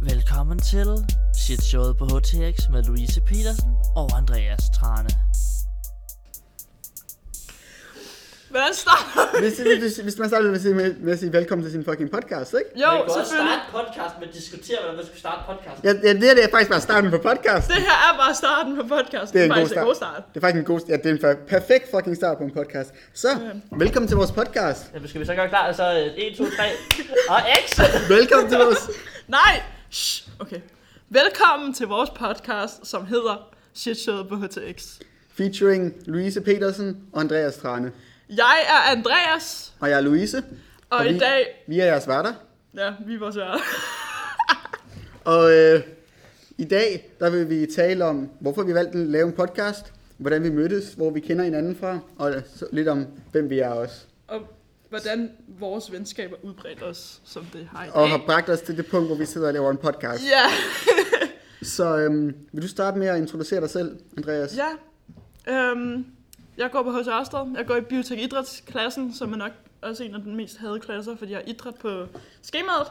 Velkommen til Shit Showet på HTX med Louise Petersen og Andreas Trane. Hvordan starter hvis, hvis, hvis man starter med at sige, med, med at sige velkommen til sin fucking podcast, ikke? Jo, man kan også selvfølgelig. starte podcast, men diskutere, hvordan man skulle starte podcast. Ja, ja det, her, det er faktisk bare starten på podcasten. Det her er bare starten på podcasten. Det er en god faktisk en start. god start. Det er faktisk en god start. Ja, det er en fa- perfekt fucking start på en podcast. Så, velkommen til vores podcast. Jamen, skal vi så gøre klar? Og Så øh, 1, 2, 3 og X! Velkommen til vores... Nej! Shh. Okay. Velkommen til vores podcast, som hedder Shit Showet på HTX. Featuring Louise Petersen og Andreas Trane. Jeg er Andreas, Og jeg er Louise. og, og i vi, dag... Vi er jeres værter. Ja, vi er vores værter. Og øh, i dag, der vil vi tale om, hvorfor vi valgte at lave en podcast. Hvordan vi mødtes, hvor vi kender hinanden fra. Og så lidt om, hvem vi er også. og hvordan vores venskaber udbredt os, som det har i dag. Og har bragt os til det punkt, hvor vi sidder og laver en podcast. Ja, Så øhm, vil du starte med at introducere dig selv, Andreas? ja. Øhm, jeg går på H.C. Ørsted. Jeg går i biotek idrætsklassen, som er nok også en af den mest hadede klasser, fordi jeg har idræt på skemaet.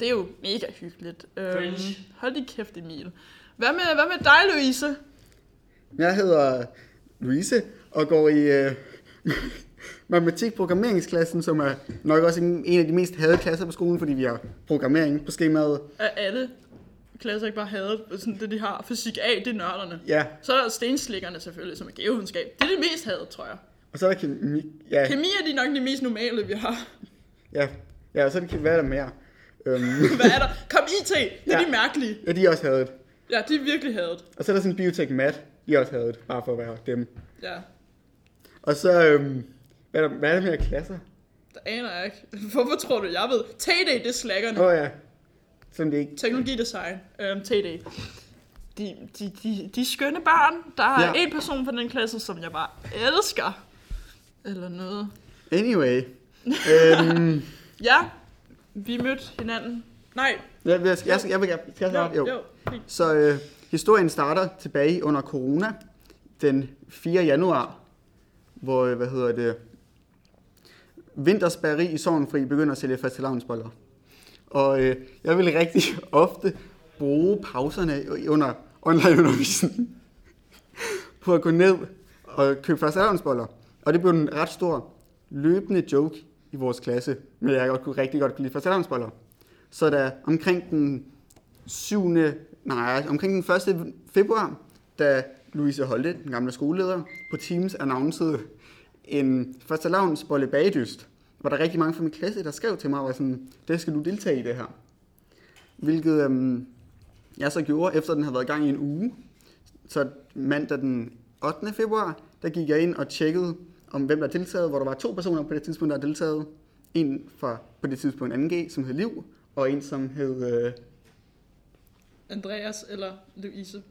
Det er jo mega hyggeligt. Øhm, Cringe. hold din kæft, Emil. Hvad med, hvad med dig, Louise? Jeg hedder Louise og går i øh, matematik-programmeringsklassen, som er nok også en en af de mest hadede klasser på skolen, fordi vi har programmering på skemaet. Er alle klasser ikke bare hadet sådan det, de har? Fysik A, det er nørderne. Ja, Så er der stenslikkerne selvfølgelig, som er geovidenskab. Det er det mest hadet, tror jeg. og så er der kemi. Ja, Kemi er de nok de mest normale, vi har. ja, ja og så er der kemi. Hvad er der mere? Øhm, Hvad er der? Kom IT! Det er ja. Ja. de mærkelige. ja, de er også hadet. Ja, de er virkelig hadet. Og så er der sådan biotech mat, de er også hadet, bare for at være dem. Ja, Og så, øhm, hvad er der, hvad er der mere klasser? det aner jeg ikke. Hvorfor tror du, jeg ved? TD, det er slaggerne. Åh oh, ja, sådan det ikke. Teknologidesign, øhm, TD. De, de, de, de er skønne barn. Der er Ja. en person fra den klasse, som jeg bare elsker. Eller noget. Anyway, øhm, Ja, vi mødte hinanden. Nej, jeg, jeg, jeg, jeg, vil gerne- skal jeg, jo, starte? jo. jo. fint. Så øh, historien starter tilbage under corona, den 4. januar, hvor, øh, hvad hedder det, Vinters Bageri i Sovnfri begynder at sælge fastelavnsboller. Og øh, jeg vil rigtig ofte bruge pauserne under onlineundervisningen på at gå ned og købe fastelavnsboller. Og det blev en ret stor løbende joke i vores klasse, men jeg godt kunne rigtig godt kunne lide fastelavnsboller. Så da omkring den 7. Nej, omkring den 1. februar, da Louise Holte, den gamle skoleleder, på Teams annoncede en fastelavnsbolle bagedyst, var der rigtig mange fra min klasse, der skrev til mig og var sådan, det skal du deltage i det her. Hvilket øhm, jeg så gjorde, efter den havde været i gang i en uge. Så mandag den 8. februar, der gik jeg ind og tjekkede, om hvem der deltagede, hvor der var to personer på det tidspunkt, der deltagede. En fra på det tidspunkt 2G, som hed Liv, og en, som hed... Øh, Andreas eller Louise.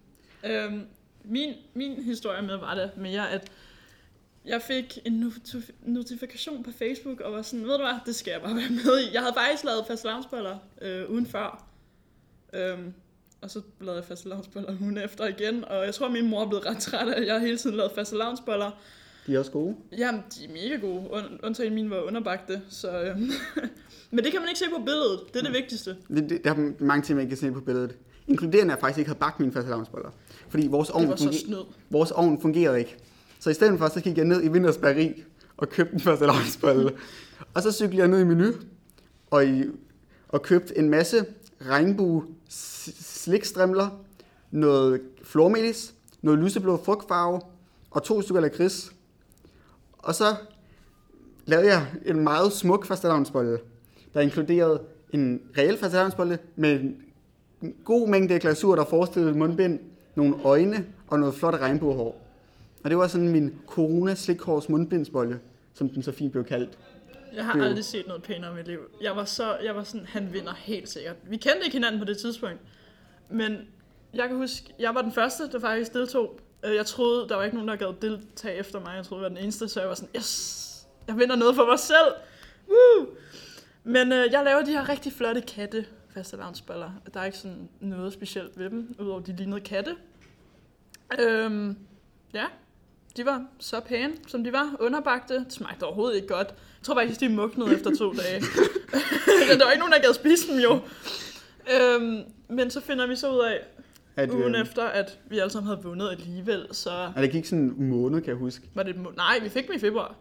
Øhm, min, min historie med var det mere, at jeg fik en notif- notifikation på Facebook, og var sådan, ved du hvad, det skal jeg bare være med i. Jeg havde faktisk lavet fast øh, ugen før, øhm, og så lavede jeg fast ugen efter igen, og jeg tror, min mor er blevet ret træt af, at jeg hele tiden lavede fast De er også gode. Jamen, de er mega gode, Und- undtagen mine var underbagte, så... Øhm. Men det kan man ikke se på billedet, det er det vigtigste. Det, det, der er mange ting, man ikke kan se på billedet. Inkluderende er faktisk ikke havde bagt mine fastelavnsboller. Fordi vores Det ovn, var så funge- snød. vores ovn fungerede ikke. Så i stedet for, så gik jeg ned i Vinters Bageri og købte en fastelavnsbolle. og så cyklede jeg ned i menu og, i, og købte en masse regnbue s- slikstrimler, noget flormelis, noget lyseblå frugtfarve og to stykker lakrids. Og så lavede jeg en meget smuk fastelavnsbolle, der inkluderede en reel fastelavnsbolle med en- en god mængde glasur, der forestillede et mundbind, nogle øjne og noget flot regnbuehår. Og det var sådan min corona slikhårs mundbindsbolle, som den så fint blev kaldt. Jeg har Det er jo- aldrig set noget pænere i mit liv. Jeg var, så, jeg var sådan, han vinder helt sikkert. Vi kendte ikke hinanden på det tidspunkt. Men jeg kan huske, jeg var den første, der faktisk deltog. Øh, Jeg troede, der var ikke nogen, der gad deltage efter mig. Jeg troede, jeg var den eneste, så jeg var sådan, yes, jeg vinder noget for mig selv. Woo! Men øh, jeg laver de her rigtig flotte katte fastelavnsboller. Der er ikke sådan noget specielt ved dem, udover de lignede katte. Øhm, ja, de var så pæne, som de var. Underbagte. Det smagte overhovedet ikke godt. Jeg tror faktisk, de mugnede efter to dage. Men der var ikke nogen, der gad spise dem jo. Øhm, men så finder vi så ud af, At, ugen øh, efter, at vi alle sammen havde vundet alligevel, så at det gik sådan en måned, kan jeg huske. var det... et må- Nej, vi fik dem i februar.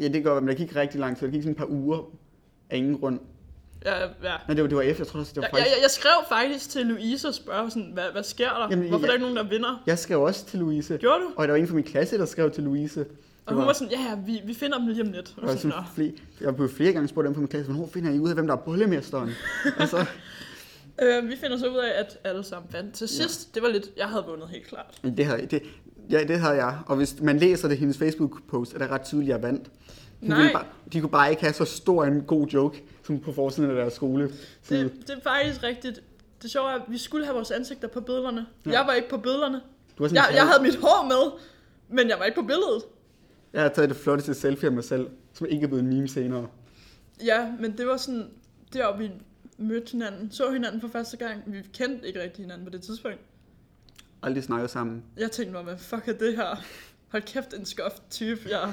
Ja, det kan godt være, men det gik rigtig lang tid. Det gik sådan et par uger af ingen grund. Ja, ja. Nej, det var, det var efter, jeg tror også, det var Jeg, faktisk... jeg, jeg, jeg skrev faktisk til Louise og spørger, sådan, hvad, hvad sker der? Jamen, Jamen, Hvorfor ja. ja. er der ikke nogen, der vinder? Jeg skrev også til Louise. Gjorde du? Og der var en fra min klasse, der skrev til Louise. Og hun var sådan, ja, ja, vi, vi finder dem lige om lidt. Og og sådan, sådan, "Nå." flere, jeg blev flere gange spurgt dem fra min klasse, hvornår finder I ud af, hvem der er bollemesteren? og så, øh, vi finder så ud af, at alle sammen vandt. Til sidst, det var lidt, jeg havde vundet helt klart. men det havde, det, ja, det havde jeg. Og hvis man læser det hendes Facebook-post, er det ret tydeligt, at jeg vandt. Hun Nej. ville Bare, de kunne bare ikke have så stor en god joke, som på forsiden af deres skole. Så, Det, det er faktisk rigtigt. Det sjove er, at vi skulle have vores ansigter på billederne. Ja. Ja. Jeg var ikke på billederne. du var sådan, Jeg, jeg havde mit hår med, men jeg var ikke på billedet. jeg har taget det flotteste selfie af mig selv, som ikke er blevet en meme senere. Ja, men det var sådan, der vi mødte hinanden, så hinanden for første gang. Vi kendte ikke rigtig hinanden på det tidspunkt. Aldrig snakket sammen. Jeg tænkte mig, hvad fuck er det her? Hold kæft, en skoft type. Jeg,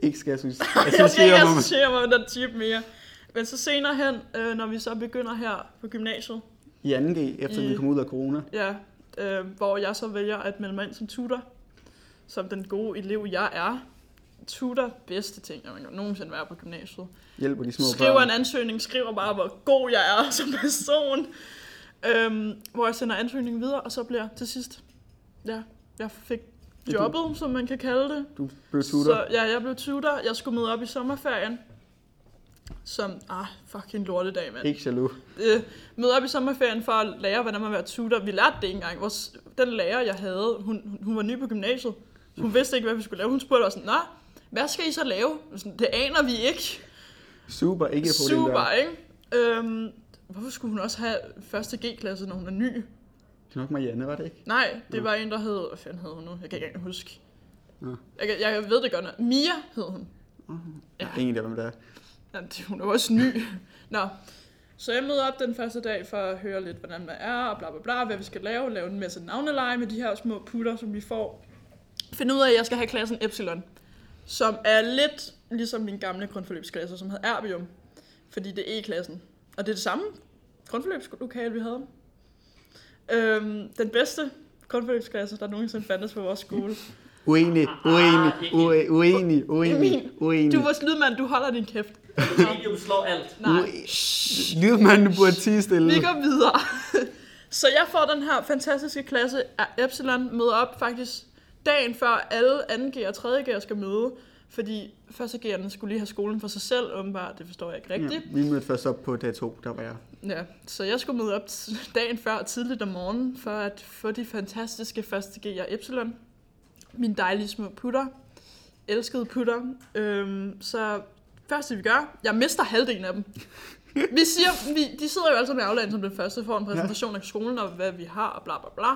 Ikke skal jeg synes. jeg skal ikke jeg mig. associere mig med den type mere. Men så senere hen, øh, når vi så begynder her på gymnasiet, I 2G, efter vi I- kom ud af corona. ja, øh, hvor jeg så vælger at melde mig ind som tutor, som den gode elev, jeg er. Tutor, bedste ting, jeg kan nogensinde være på gymnasiet. Hjælper de små skriver børn. en ansøgning, skriver bare, hvor god jeg er som person. Øhm, hvor jeg sender ansøgningen videre, og så bliver til sidst, ja, jeg fik Ja, du- jobbet, som man kan kalde det. Du blev tutor. Så ja, jeg blev tutor. Jeg skulle møde op i sommerferien. Som, ah, fucking lortedag, mand. Ikke jaloux. Øh, møde op i sommerferien for at lære, hvordan man var tutor. Vi lærte det ikke engang. Vores, den lærer, jeg havde, hun, hun- hun var ny på gymnasiet. Så Hun vidste ikke, hvad vi skulle lave. Hun spurgte os sådan, Nå, hvad skal I så lave? Sådan, det aner vi ikke. Super, ikke et problem Super, der. ikke? Øhm, hvorfor skulle hun også have første G-klasse, når hun er ny? Det er nok Marianne, var det ikke? Nej, det Nå. var en, der hed... Hvad fanden hed hun nu? Jeg kan ikke engang huske. Nå. Jeg, kan- jeg ved det godt nok. Mia hed hun. Ja. Ja. Ingen af dem der. er. Ja, det- hun er jo også ny. Nå. Så jeg møder op den første dag for at høre lidt, hvordan man er, og bla bla bla, hvad vi skal lave, lave en masse navneleje med de her små putter, som vi får. Finde ud af, at jeg skal have klassen Epsilon, som er lidt ligesom min gamle grundforløbsklasse, som hed Erbium, fordi det er E-klassen. Og det er det samme grundforløbslokale, vi havde. Øhm, den bedste grundforløbsklasse, der nogensinde fandtes på vores skole. Uenig, Ah, uenig, ue- uenig, uenig, Emil, uenig. Du var slidmand, du holder din kæft. Medium slår alt. Nej. Lydmanden burde tige stille. Vi går videre. så jeg får den her fantastiske klasse af Epsilon møde op faktisk dagen før alle 2G og 3G'er skal møde. Fordi 1.G'erne skulle lige have skolen for sig selv, åbenbart. Det forstår jeg ikke Ja, rigtigt. vi mødte først op på dag 2, der var jeg. Ja. ja. Så jeg skulle møde op t- dagen før tidligt om morgenen for at få de fantastiske 1.G og Epsilon. Mine dejlige små putter. Elskede putter. Øhm, så første vi gør, jeg mister halvdelen af dem. vi siger, vi, de sidder jo altid med aflagen som den første, får en præsentation af skolen og hvad vi har og bla bla bla.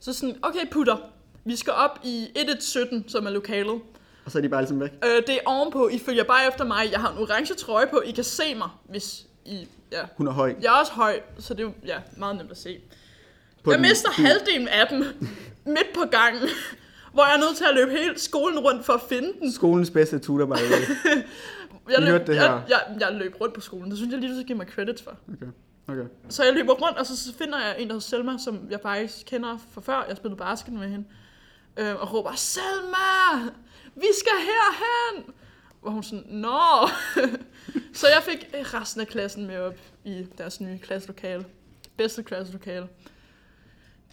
Så sådan, okay putter, vi skal op i 1117, som er lokalet. Og så er de bare ligesom væk. Øh, det er ovenpå, I følger bare efter mig, jeg har en orange trøje på, I kan se mig, hvis I... Ja. Hun er høj. Jeg er også høj, så det er jo ja, meget nemt at se. På jeg den- mister halvdelen af dem midt på gangen, hvor jeg er nødt til at løbe hele skolen rundt for at finde den. Skolens bedste tutor var jeg. Jeg Vi hørte løb, det her. jeg, jeg, jeg løb rundt på skolen, det synes jeg lige, du skal give mig credit for. Okay, okay. Så jeg løber rundt, og så, så finder jeg en, der hedder Selma, som jeg faktisk kender fra før. Jeg spillede basket med hende. Øh, og råber, Selma, vi skal herhen! Hvor hun sådan, nå! så jeg fik resten af klassen med op i deres nye klasselokale. Bedste klasselokale.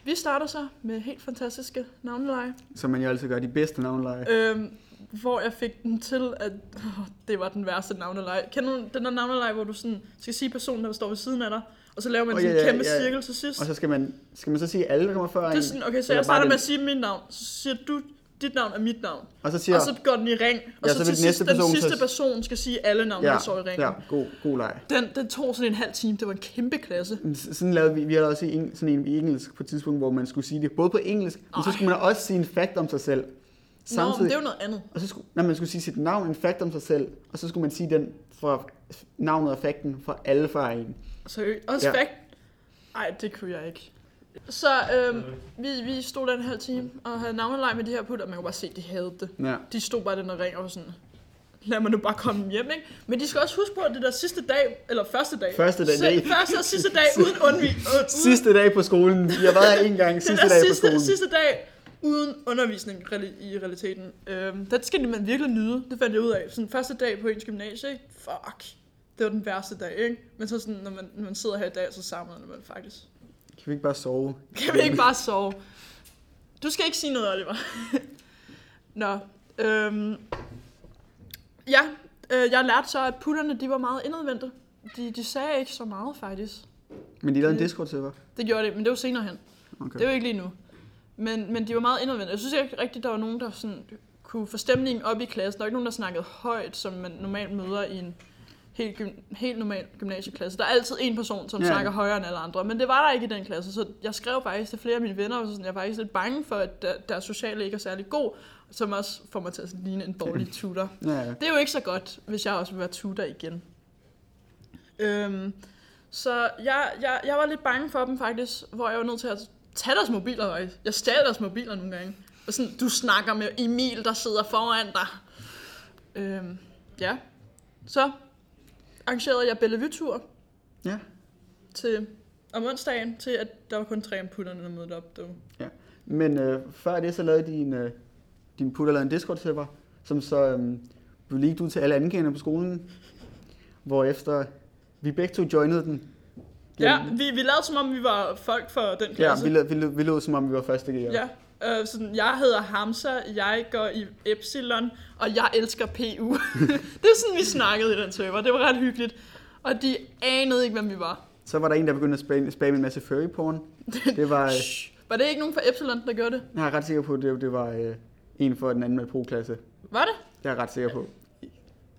Vi starter så med helt fantastiske navneleje. Som man jo altid gør, de bedste navnleje. Øhm, hvor jeg fik den til, at åh, det var den værste navnelej. Kender du den der navnelej, hvor du sådan skal sige personen, der står ved siden af dig, og så laver man Åh, oh, sådan ja, en ja, kæmpe ja. cirkel til sidst? Og så skal man, skal man så sige, at alle der kommer før Øh. det er en. sådan, okay, så Eller jeg bare starter den- med at sige mit navn, så siger du dit navn er mit navn. Og så siger Ja. Og så går den i ring, og Ja, ja, så, så vil til den sidst, næste person den sidste så- person skal sige alle navne, ja, der står i ringen. ja, Ja. god, god leg. Den, den tog sådan en halv time, det var en kæmpe klasse. S- Sådan lavede vi, vi havde også en, sådan en i engelsk på et tidspunkt, hvor man skulle sige det både på engelsk, men så Ej. skulle man også sige en fact om sig selv. Nå, men Samtidig, det er jo noget andet. og så skulle, nej, man skulle sige sit navn, en fact om sig selv, og så skulle man sige den fra navnet og fakten for alle før en. Seriøst. Også Ja. ja. fakt. Ej, det kunne jeg ikke. Så øhm, vi, vi stod der en halv time og havde navneleg med de her putter, og man kunne bare se, de havde det. Ja. De stod bare i den og ring og var sådan, lad mig nu bare komme hjem, ikke? Men de skal også huske på, at det der sidste dag, eller første dag. Første dag, nej. Se, første og sidste dag uden undvi, øh, uden, Sidste dag på skolen. Vi har været her en gang den sidste der dag på sidste, skolen. sidste dag uden undervisning reali- i realiteten. Øhm, den skal man virkelig nyde, det fandt jeg ud af. Sådan første dag på ens gymnasie, ikke? fuck, det var den værste dag, ikke? Men så sådan, når man, når man sidder her i dag, så samler man faktisk. Kan vi ikke bare sove? Kan vi ikke bare sove? Du skal ikke sige noget, Oliver. Nå. Øhm, ja, øh, jeg lærte så, at putterne de var meget indadvendte. De, de sagde ikke så meget, faktisk. Men de lavede en Discord-server. Det gjorde det, men det var senere hen. Okay. Mm. Det var ikke lige nu. Men, men de var meget indadvendte. Jeg synes ikke rigtigt, der var nogen, der sådan, kunne få stemningen op i klassen. Der var ikke nogen, der snakkede højt, som man normalt møder i en helt, gym- helt normal gymnasieklasse. Der er altid en person, som Ja. ja. snakker højere end alle andre. Men det var der ikke i den klasse, så jeg skrev faktisk til flere af mine venner, og så sådan, jeg var faktisk lidt bange for, at der, deres sociale ikke er særlig god, som også får mig til at ligne en dårlig tutor. Ja, ja. Det er jo ikke så godt, hvis jeg også vil være tutor igen. Øhm, så jeg, jeg, jeg var lidt bange for dem faktisk, hvor jeg var nødt til at tage deres mobiler faktisk. Jeg stjal deres mobiler nogle gange. Og sådan, du snakker med Emil, der sidder foran dig. Øhm, ja. Så arrangerede jeg Bellevue-tur ja. til om onsdagen, til at der var kun tre om putterne, der mødte op. Det var Men øh, før det, så lavede din, øh, din putter lavede en Discord-server, som så øh, blev leaked ud til alle angivende på skolen. Hvorefter vi begge to joinede den. Ja, vi, vi lavede som om, vi var folk for den Ja, klasse. vi, la- vi, lød, vi lød som om, vi var første gear. Ja, øh, sådan, jeg hedder Hamza, jeg går i Epsilon, og jeg elsker PU. det er sådan, vi snakkede i den server. Det var ret hyggeligt. Og de anede ikke, hvem vi var. Så var der en, der begyndte at spamme, spamme en masse furry-porn. Det var, øh, Shh. Var det ikke nogen fra Epsilon, der gjorde det? jeg er ret sikker på, at det, det var øh, en for den anden med pro-klasse. Var det? Jeg er ret sikker på.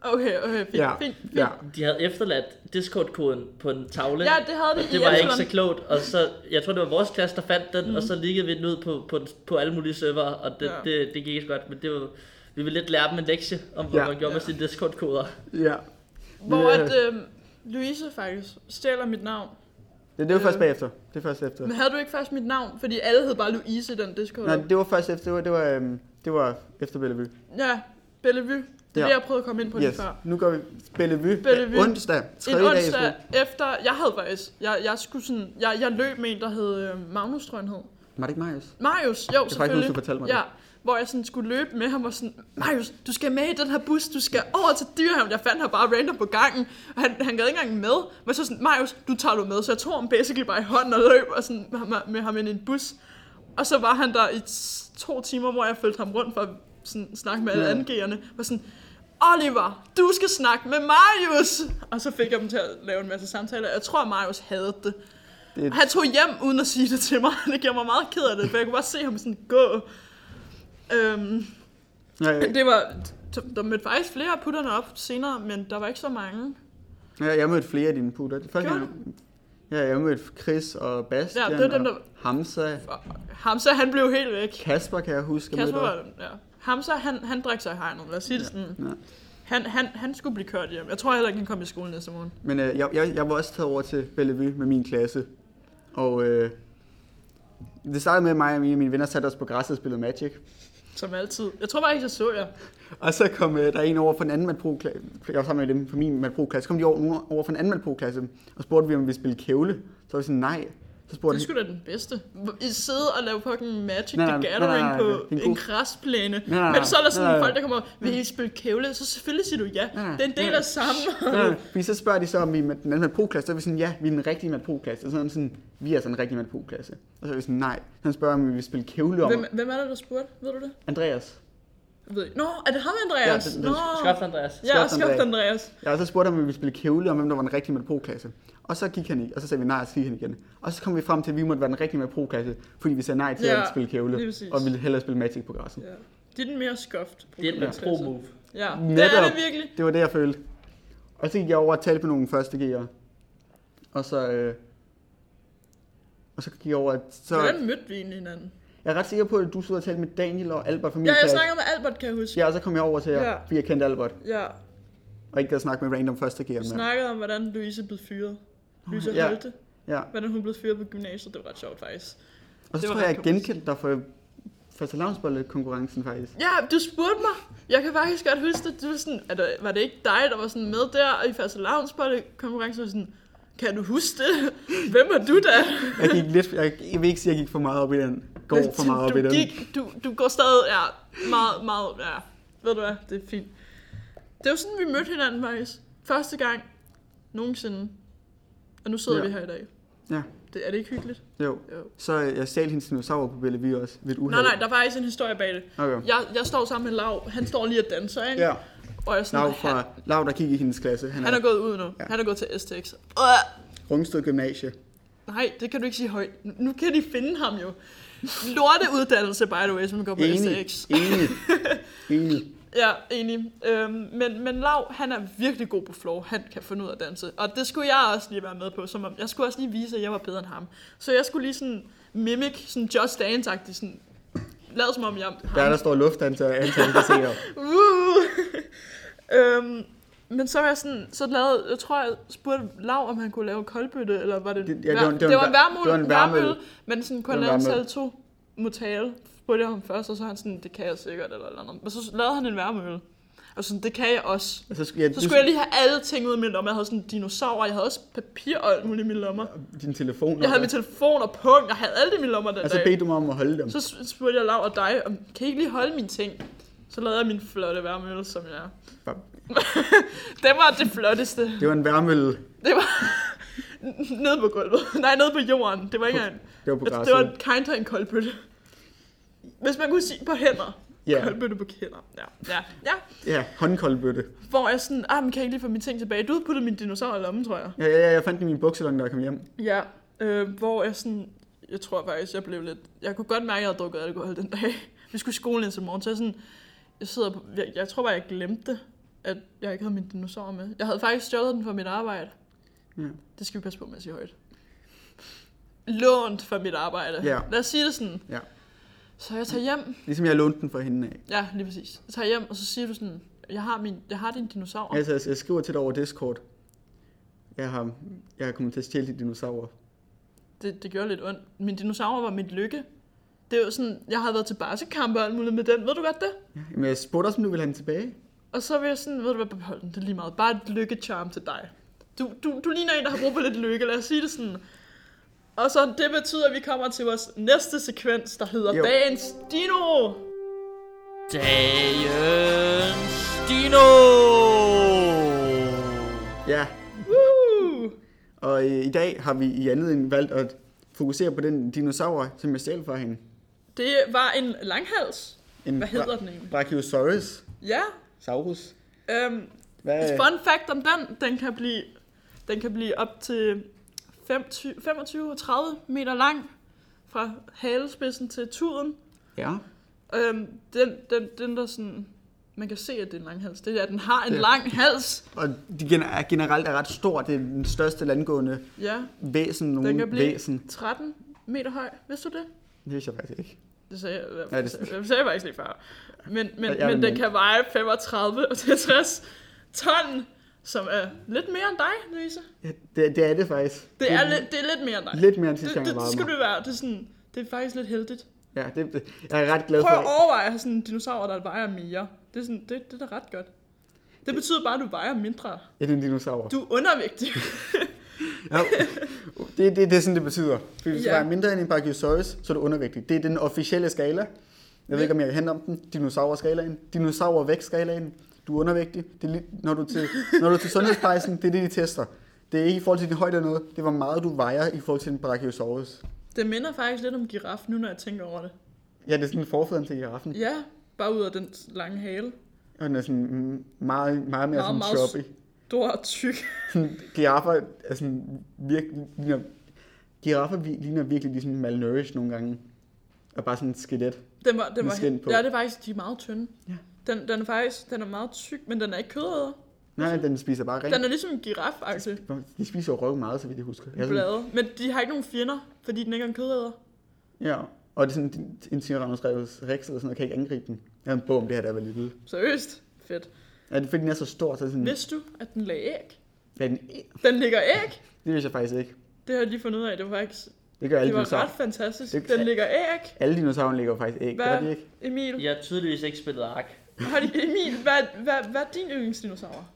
Okay, okay, fint, Ja, fint, fint. ja. De havde efterladt Discord-koden på en tavle. Ja, det havde de det i var ikke Epsilon. så klogt, og så, jeg tror det var vores klasse, der fandt den, mm. og så liggede vi den ud på, på, på alle mulige server, og det, Mhm. Ja. ja. det, det gik ikke så godt, men det var, vi ville lidt lære dem en lektie, om hvad Ja. ja. man gjorde ja. med Ja. sine Discord-koder. Ja. Hvor Ja. at, øh, Louise faktisk stjæler mit navn. Det, det var først Øh. bagefter. Det var først efter. Men havde du ikke først mit navn? Fordi alle hed bare Louise i den Discord. Nej, det var først efter. Det var, det var, øhm, det var efter Bellevue. Ja, Bellevue. Det er Ja. det, jeg prøvede at komme ind på lige Yes. før. Nu går vi Bellevue. Bellevue. Onsdag. En Tredje dag i onsdag skole. efter, jeg havde faktisk, jeg, jeg skulle sådan, jeg, jeg løb med en, der hed øh, Magnus, tror jeg, han hed. Var det ikke Marius? Marius, jo, Jeg kan ikke selvfølgelig. huske, du fortalte mig ja, hvor jeg sådan skulle løbe med ham og sådan, Marius, du skal med i den her bus, du skal over til Dyrehavn. Jeg fandt ham bare random på gangen, og han, han gad ikke engang med. Men så sådan, Marius, du tager du med. Så jeg tog ham basically bare i hånden og løb og sådan, med, ham- med ham ind i en bus. Og så var han der i t- to timer, hvor jeg følte ham rundt for at sådan, snakke med alle Ja. angerende. Og sådan, Oliver, du skal snakke med Marius! Og så fik jeg dem til at lave en masse samtaler. Jeg tror, Marius havde det. Det- det... Han tog hjem uden at sige det til mig. Det gjorde mig meget ked af det, for jeg kunne bare se ham sådan gå. Øhm, Ja, ja. det var, der mødte faktisk flere af putterne op senere, men der var ikke så mange. ja jeg mødte flere af dine putter. Det første Gjorde gang, ja, jeg mødte Chris og Bastian Ja, det var dem, og der- Hamza. Og Hamza, han blev helt væk. Kasper kan jeg huske. jeg Kasper mødte var, ja. Hamza, han, han drak sig i hegnet, lad os sige det sådan. også. ja. Han, han, han skulle blive kørt hjem. Jeg tror heller ikke, han kom i skolen næste morgen. Men øh, jeg, jeg, jeg var også taget over til Bellevue med min klasse. Og øh, det startede med at mig og mine, mine venner satte os på græsset og spillede Magic. Som altid. Jeg tror bare ikke, jeg så jer. Og så kom øh, der en over fra den anden Madpro-klasse, jeg var sammen med dem fra min Madpro-klasse, så kom de over, nogen over fra den anden Madpro-klasse og spurgte vi, om vi ville spille kævle. Så var vi sådan, nej. Så spurgte Det han- skulle da den bedste. I sidder og laver fucking Magic nej, Nej, nej, the nej, Gathering nej, nej, på det er en en god- græsplæne. Nej, nej, Men så er der nej, sådan nej, nej. folk, der kommer, vil I spille kævle? Så selvfølgelig siger du ja. nej, det er en del nej. af sammen. Ja, fordi så spørger de så, om vi er med den anden Madpro-klasse, så er vi sådan, ja, vi er den rigtige Madpro-klasse. Og så er han sådan, vi er altså en rigtig Madpro-klasse. Og så er vi sådan, nej. Så han spørger, om vi vil spille kævle om. Hvem, hvem er det, der spurgte? Ved du det? Andreas. Jeg ved ikke. Nå, er det ham, Andreas? Ja, det- det- Nå. Skaft, Andreas. Ja, Skabt skabt Andreas. Andreas. Ja, og så spurgte han, om vi ville spille kævle om, hvem der var den rigtige Madpro-klasse. Og så gik han ikke, og så sagde vi nej, og så gik han igen. Og så kom vi frem til, at vi måtte være den rigtige Madpro-klasse, fordi vi sagde nej til Ja, at spille kævle. lige præcis. Og ville hellere spille Magic på græsset. Ja. Det er den mere skaft. Det er et pro-move. Ja, det er Netop. det virkelig. Det var det, jeg følte. Og så gik jeg over og talte med nogle første G'er. Og så... Øh, og så gik jeg over... og- Så, Hvordan mødte vi egentlig hinanden? jeg er ret sikker på, at du stod og talte med Daniel og Albert fra min Ja, jeg klasse. snakkede med Albert, kan jeg huske. Ja, og så kom jeg over til jer, Ja. fordi jeg kendte Albert. Ja, Og ikke gad snakke med random første G'er vi mere. snakkede om, hvordan Louise blev fyret. Louise ja. Holte. Ja. Hvordan hun blev fyret på gymnasiet. Det var ret sjovt, faktisk. Og så Det var tror jeg, ret jeg komisk. genkendte dig for, fastelavnsbollekonkurrencen faktisk. Ja, du spurgte mig. Jeg kan faktisk godt huske det. Du var, sådan, at, øh, var det ikke dig, der var sådan med der i første konkurrencen? Sådan, kan du huske det? Hvem er du da? Jeg, gik lidt, jeg, jeg vil ikke sige, at jeg gik for meget op i den. Går for meget op du, i den. gik, du, du går stadig ja, meget, meget... Ja. Ved du hvad? Det er fint. Det var sådan, vi mødte hinanden faktisk. Første gang nogensinde. Og nu sidder Ja. vi her i dag. Ja. Det, er det ikke hyggeligt? Jo. Jo. Så øh, jeg stjal hendes dinosaurer på Bellevue også ved et uheld. Nej, nej, der var faktisk en historie bag det. Okay. Jeg, jeg står sammen med Lav. Han står lige og danser, ikke? Ja. Og jeg er sådan, Lav, han, fra, Lav, der gik i hendes klasse. Han, han er er gået ud nu. Ja. Han er gået til STX. Øh, Rungsted Gymnasie. nej, det kan du ikke sige højt. Nu- Nu kan de finde ham jo. Lorte uddannelse, by the way, som går på Enig. STX. Enig. Enig. Ja, enig. Øhm, men, men Lav, han er virkelig god på floor. Han kan finde ud af at danse. Og det skulle jeg også lige være med på. Som om, jeg skulle også lige vise, at jeg var bedre end ham. Så jeg skulle lige sådan mimic, sådan Just Dance-agtig, sådan lad som om jeg har Der, er der står luftdanser og antal, der ser Woo! Uh. øhm, men så var jeg sådan, så lavede, jeg tror, jeg spurgte Lav, om han kunne lave koldbøtte, eller var det, Det- ja, det var en- det det var en var en vær- værmøl, det var en værmøl. men sådan kunne Det han var lave en en værmøl. salto motale, spurgte jeg ham først, og så var han sådan, det kan jeg sikkert, eller, eller andet. Og så lavede han en værmøl, og sådan, det kan jeg også. Og så, skulle- ja, Så skulle jeg lige have alle ting ud af min lomme. Jeg havde sådan dinosaurer, jeg havde også papir og alt muligt i min lommer. din telefon. Jeg havde og- min telefon og punkt, jeg havde alt i min lommer den Og så dag. bedte du mig om at holde dem. Så s- spurgte jeg Lav og dig, om kan I ikke lige holde mine ting? Så lavede jeg min flotte værmølle, som jeg er. Bam. Den var det flotteste. Det var en værmølle. Det var nede på gulvet. Nej, nede på jorden. Det var ikke engang. Det var på Det var græsset. kinda en koldbøtte. Hvis man kunne sige på hænder. Ja. Koldbøtte på hænder. Ja. ja. ja. Ja, håndkoldbøtte. Hvor jeg sådan, ah, men kan jeg ikke lige få mine ting tilbage? Du havde puttet min dinosaur i lommen, tror jeg. Ja, ja, ja, jeg fandt den i min bukselong, da jeg kom hjem. Ja, øh, hvor jeg sådan, jeg tror faktisk, jeg blev lidt, jeg kunne godt mærke, at jeg havde drukket alkohol den dag. Vi skulle i skolen indtil morgen, så jeg sådan, jeg sidder på, jeg, jeg tror bare, jeg glemte, at jeg ikke havde min dinosaur med. Jeg havde faktisk stjålet den fra mit arbejde. Ja. Det skal vi passe på med at sige højt. Lånt fra mit arbejde. Ja. Lad os sige det sådan. Ja. Så jeg tager hjem, Ligesom jeg lånte den fra hende af. ja, lige præcis. Jeg tager hjem, og så siger du sådan, jeg har, min, jeg har din dinosaur. Altså, jeg- jeg skriver til dig over Discord. Jeg har, jeg har kommet til at stjæle de dinosaurer. det, det gjorde lidt ondt. Min dinosaur var mit lykke. Det var sådan, jeg havde været til barsekampe og alt muligt med den, ved du godt det? Ja, men jeg spurgte også, om du ville have den tilbage. Og så var jeg sådan, ved du hvad, behold den, det er lige meget. Bare et lykkecharm til dig. Du, du, du ligner en, der har brug for lidt lykke, lad os sige det sådan. Og så det betyder, at vi kommer til vores næste sekvens, der hedder Jo. jo. Dagens Dino. Dagens Dino! Ja, Woo! og øh, i dag har vi i anledning valgt at fokusere på den dinosaur, som jeg stjal fra hende. Det var en langhals. En Hvad hedder bra- den egentlig? Brachiosaurus. Ja. Saurus. Øhm, Hvad? øh, et fun fact om den, den kan blive, den kan blive op til 25 25 og 30 meter lang fra halespidsen til tuden. Ja. Øhm, den, den, den der sådan, man kan se, at det er en lang hals. Det er, at den har en Ja. ja. lang hals. Og de gen- er generelt er ret stor. Det er den største landgående Ja, væsen, nogen den kan blive væsen. 13 meter høj. Vidste du det? Det vidste jeg faktisk ikke. Det sagde jeg, Ja, ja, det- det... jeg sagde faktisk lige før. Men, men, Jeg- ja, jeg men vil den kan veje 35 og 60 ton, som er lidt mere end dig, Louise. Ja, det, det er det faktisk. Det er, lidt, det er lidt mere end dig. lidt mere end det, sidste det, gang, jeg det, vejede skal mig. du være. Det er, sådan, det er faktisk lidt heldigt. Ja, det, det, jeg er ret glad Prøv at for. overveje at have sådan en dinosaur, der vejer mere. Det er, sådan, det, det er da ret godt. Det betyder bare, at du vejer mindre. Ja, det er en dinosaur. Du er undervægtig. Ja. Det, det, det er sådan, det betyder. Fordi hvis du Ja. vejer mindre end en Brachiosaurus, så er du undervægtig. Det er den officielle skala. Jeg ved ikke, om jeg kan hente om den. Dinosaurskalaen. Dinosaurvægtskalaen. Du er undervægtig. Det er lige, når, du er til, når du er til sundhedsplejelsen, det er det, de tester. Det er ikke i forhold til din højde eller noget. Det er, hvor meget du vejer i forhold til en Brachiosaurus. Det minder faktisk lidt om giraf, nu når jeg tænker over det. Ja, det er sådan forfædren til giraffen. Ja, bare ud af den lange hale. Og den er sådan mm, meget, meget mere Meget, sådan meget choppy. Stor og tyk. Sådan, giraffer er sådan virkelig, ligner, giraffer vi- ligner virkelig ligesom malnourished nogle gange. Og bare sådan et skelet. Den var, den Med var skind på. Ja, det er faktisk, de er meget tynde. Ja. Den, den er faktisk den er meget tyk, men den er ikke kødæder. Nej, den spiser bare rent. Den er ligesom en giraf -aktig. De spiser jo røv meget, så vidt jeg husker. Jeg er sådan, blade. Men de har ikke nogen fjender, fordi den ikke er en kødæder. ja, og det er sådan, en Tyrannosaurus rex eller sådan noget, kan ikke angribe den. Jeg havde en bog om det her, der var lidt lille. Seriøst? Fedt. Ja, det er fordi, den er så stor, så er det sådan... Vidste du, at den lagde æg? Ja, den, Den lægger æg? det vidste jeg faktisk ikke. Det har jeg lige fundet ud af. Det var faktisk Det gør alle Det var ret dinosaurer. fantastisk. Det- Den ligger æg. Alle dinosaurer ligger faktisk æg, gør de Hvad, ikke? Emil, Jeg har tydeligvis ikke spillet ark. har de, Emil hvad, hvad, hvad er din yndlingsdinosaur?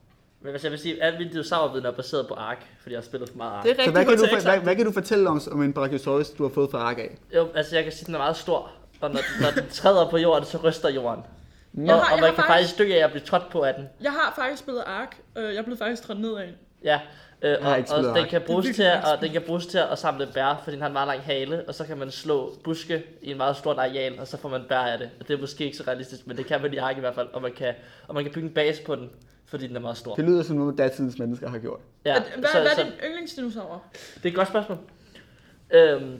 Men altså, jeg vil sige, at min dinosaurviden er baseret på ark, fordi jeg har spillet for meget ark. Det er Så rigtig hvad kan, godt du, til for- hvad, eksempel. hvad kan du fortælle om, om en brachiosaurus, du har fået fra ark af? Jo, altså jeg kan sige, at den er meget stor, og når, når den træder på jorden, så ryster jorden. Jeg har- og, og jeg man har kan faktisk- faktisk dø af at blive trådt på af den. Jeg har faktisk spillet Ark. Øh, Jeg blev faktisk trådt ned af en. Ja, øh, har og, ikke og spillet den ark. kan bruges Det er til at, virkelig og den kan bruges til at samle bær, fordi den har en meget lang hale, og så kan man slå buske i en meget stort areal, og så får man bær af det. Og det er måske ikke så realistisk, men det kan man i ark i hvert fald, og man kan, og man kan bygge en base på den, fordi den er meget stor. Det lyder som noget, datidens mennesker har gjort. Ja, At- Hvad, hvad er din yndlingsdinosaur? det er et godt spørgsmål. Øhm,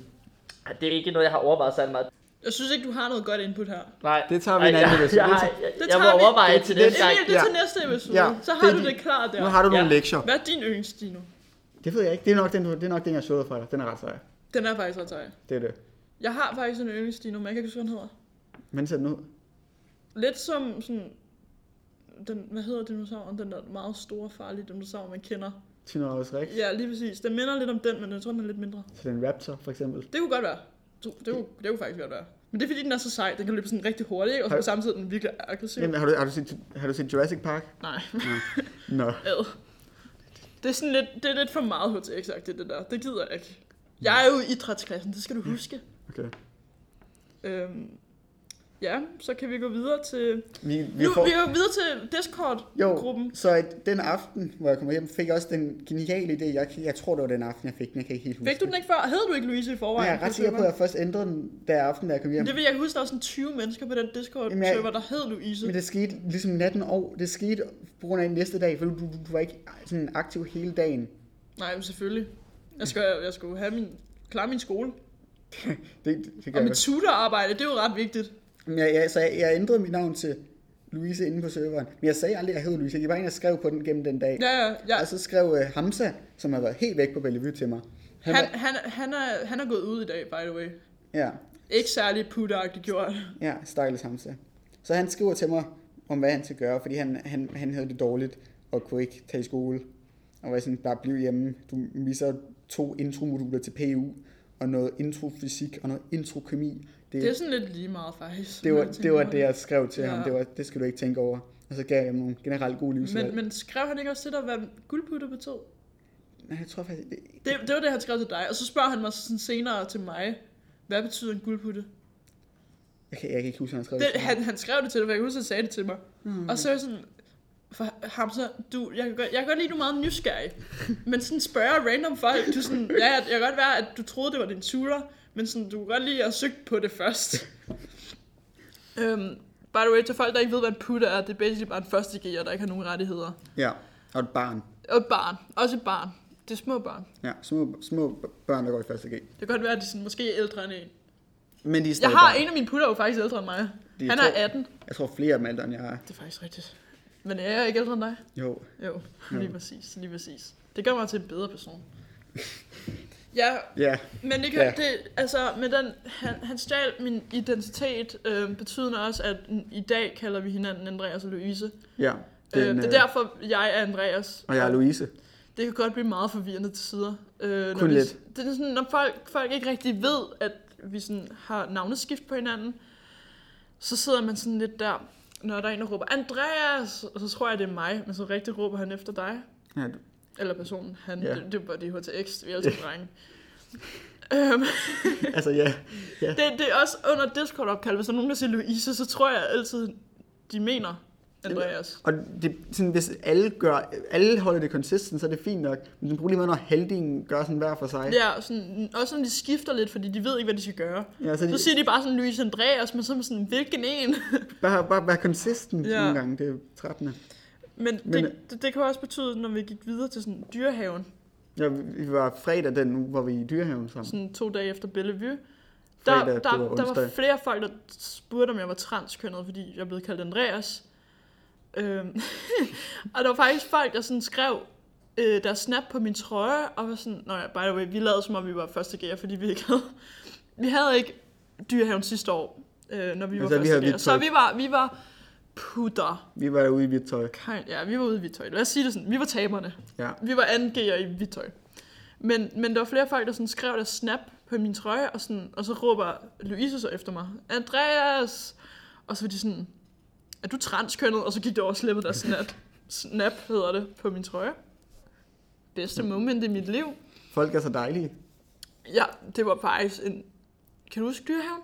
det er ikke noget, jeg har overvejet særlig meget. Jeg synes ikke, du har noget godt input her. Nej, Det tager vi en Ej, anden jeg, episode. jeg, Det har- tager- jeg, det jeg må tager vi- overveje det- til det- næste gang. Emil, det er til Ja. næste episode. Ja, Så har det er du din- det klar der. Nu har du nogle Ja. lektier. Hvad er din yndlingsdino? Det ved jeg ikke. Det er nok den, du- det er nok den jeg så fra dig. Den er ret sej. Den er faktisk ret sej. Det er det. Jeg har faktisk en yndlingsdino, men jeg kan ikke huske, hvad den hedder. Men ser den ud? Lidt som sådan... Den, hvad hedder dinosauren? Den der meget store, farlige dinosaur, man kender. Tyrannosaurus rex. Ja, lige præcis. Den minder lidt om den, men jeg tror, den er lidt mindre. Så den raptor, for eksempel. Det kunne godt være. Det det kunne, det kunne faktisk godt være. Men det er fordi, den er så sej. Den kan løbe sådan rigtig hurtigt, ikke? og så Har- på samme tid er den virkelig aggressiv. Jamen, har, du, har, du set, har du set Jurassic Park? Nej. Nå. Ad. Det er sådan lidt, det er lidt for meget htx det det der. Det gider jeg Mm. ikke. Jeg er jo i idrætsklassen, det skal du huske. Okay. Øhm, ja, så kan vi gå videre til... Vi, vi nu, får... vi går videre til Discord-gruppen. Jo, så at den aften, hvor jeg kom hjem, fik jeg også den geniale idé. Jeg, jeg tror, det var den aften, jeg fik den. Jeg kan ikke helt huske Fik du den ikke før? Hed du ikke Louise i Men forvejen? jeg er ret sikker på, at jeg først ændrede den der aften, da jeg kom hjem. Det vil jeg kan huske, der var sådan 20 mennesker på den Jamen, jeg- Discord-server, der hed Louise. Men det skete ligesom natten over. Det skete på grund af næste dag, for du, du, du var ikke sådan aktiv hele dagen. Nej, men selvfølgelig. Jeg skal, jeg skulle have min, klare min skole. Det, det, det gør Og jeg. mit tutorarbejde, det er jo ret vigtigt. Men jeg, jeg, så jeg, jeg ændrede mit navn til Louise inde på serveren. Men jeg sagde aldrig, at jeg hed Louise. Jeg var en, der skrev på den gennem den dag. Ja, ja, ja. Og så skrev uh, Hamza, som har været helt væk på Bellevue til mig. Han, var- han, han, er, han er gået ud i dag, by the way. Ja, Ikke særlig putteragtigt gjort. ja, stakkels Hamza. Så han skriver til mig om, hvad han skal gøre, fordi han, han, han havde det dårligt og kunne ikke tage i skole. Og var sådan, bare bliv hjemme. Du misser to intromoduler til PU, og noget introfysik og noget introkemi. Det er sådan lidt lige meget, faktisk. Det når var, jeg det tænker var over det, jeg skrev til ja. ham. Ja. Det, var, det skal du ikke tænke over. Og så gav jeg ham nogle generelt gode livsvalg. Men, men skrev han ikke også til dig, hvad guldputter betød? Nej, jeg tror faktisk... Det, Det, det var det, han skrev til dig. Og så spørger han mig sådan senere til mig, hvad betyder en guldputte? jeg, kan, jeg kan ikke huske, hvad han skrev Det, til mig. han, han skrev det til dig, for jeg kan huske, han sagde det til mig. Mm. Og så er jeg sådan, for ham så, du, jeg kan, godt, jeg kan godt lide, du er meget nysgerrig. Men sådan spørger random folk, du er sådan, ja, jeg, jeg kan godt være, at du troede, det var din tutor, men sådan, du kan godt lide, at jeg søgte på det først. um, by the way, til folk, der ikke ved, hvad en putter er, det er basically bare en første gear, der ikke har nogen rettigheder. Ja, og et barn. Og et barn. Også et barn. Det er små børn. Ja, små, små børn, der går i første G. Det kan godt være, at de sådan, måske er ældre end en. Men de er stadig Jeg har børn. en af mine putter, er jo faktisk ældre end mig. De Han to- er 18. Jeg tror flere af dem er ældre, end jeg er. Det er faktisk rigtigt. Men jeg er ikke ældre end dig. Jo. Jo, lige præcis, lige præcis. Det gør mig til en bedre person. ja, Ja, men det, kan, Ja. ja. det altså, med den, han, han stjal min identitet, øh, betydende også, at n- i dag kalder vi hinanden Andreas og Louise. ja. øh, det er derfor, jeg er Andreas. Og jeg er Louise. Det kan godt blive meget forvirrende til sider. Øh, når Kun vi- lidt. Det er sådan, når folk, folk ikke rigtig ved, at vi sådan har navneskift på hinanden, så sidder man sådan lidt der, når der er en, der råber, Andreas, og så tror jeg, det er mig, men så rigtig råber han efter dig. Ja, du- Eller personen, han, Ja. yeah. det, det var det er HTX, vi elsker drenge. øhm, altså, ja. det, det er også under Discord-opkald, hvis der er nogen, der siger Louise, så tror jeg altid, de mener Andreas. Og det, sådan, hvis alle, gør, alle holder det consistent, så er det fint nok. Men det problemet er, når halvdelen gør sådan hver for sig. Ja, sådan, også når de skifter lidt, fordi de ved ikke, hvad de skal gøre. Ja, så de, Så siger de bare sådan Louise Andreas, men så er man sådan, hvilken en? bare, bare være consistent ja. Ja. nogle gange. Det er trættende. Men, det, Men- øh, det, det kan også betyde, når vi gik videre til sådan dyrehaven, Ja, vi var fredag den uge, hvor vi i dyrehaven sammen. sådan to dage efter Bellevue, der, Fredag, der, det der, var var onsdag. flere folk, der spurgte, om jeg var transkønnet, fordi jeg blev kaldt Andreas. Øhm, og der var faktisk folk, der sådan skrev øh, der snap på min trøje, og var sådan, nej, by the way, vi lavede som om, vi var første gear, fordi vi ikke havde, vi havde ikke dyrehaven sidste år, øh, når vi Men var så Altså, vi første havde gear. hvidt Så tøj. vi var, vi var putter. Vi var ude i hvidt tøj. Kind, ja, vi var ude i hvidt tøj. Lad os sige det sådan. Vi var taberne. Ja. Vi var angiver i hvidt tøj. Men, men der var flere folk, der sådan skrev der snap på på min trøje, og, sådan, og så råber Louise så efter mig, Andreas! Og så var de sådan, er du transkønnet? Og så gik det over og slippede der snap, snap hedder det, på min trøje. Bedste Mm. moment i mit liv. Folk er så dejlige. Ja, det var faktisk en... Kan du huske dyrehaven?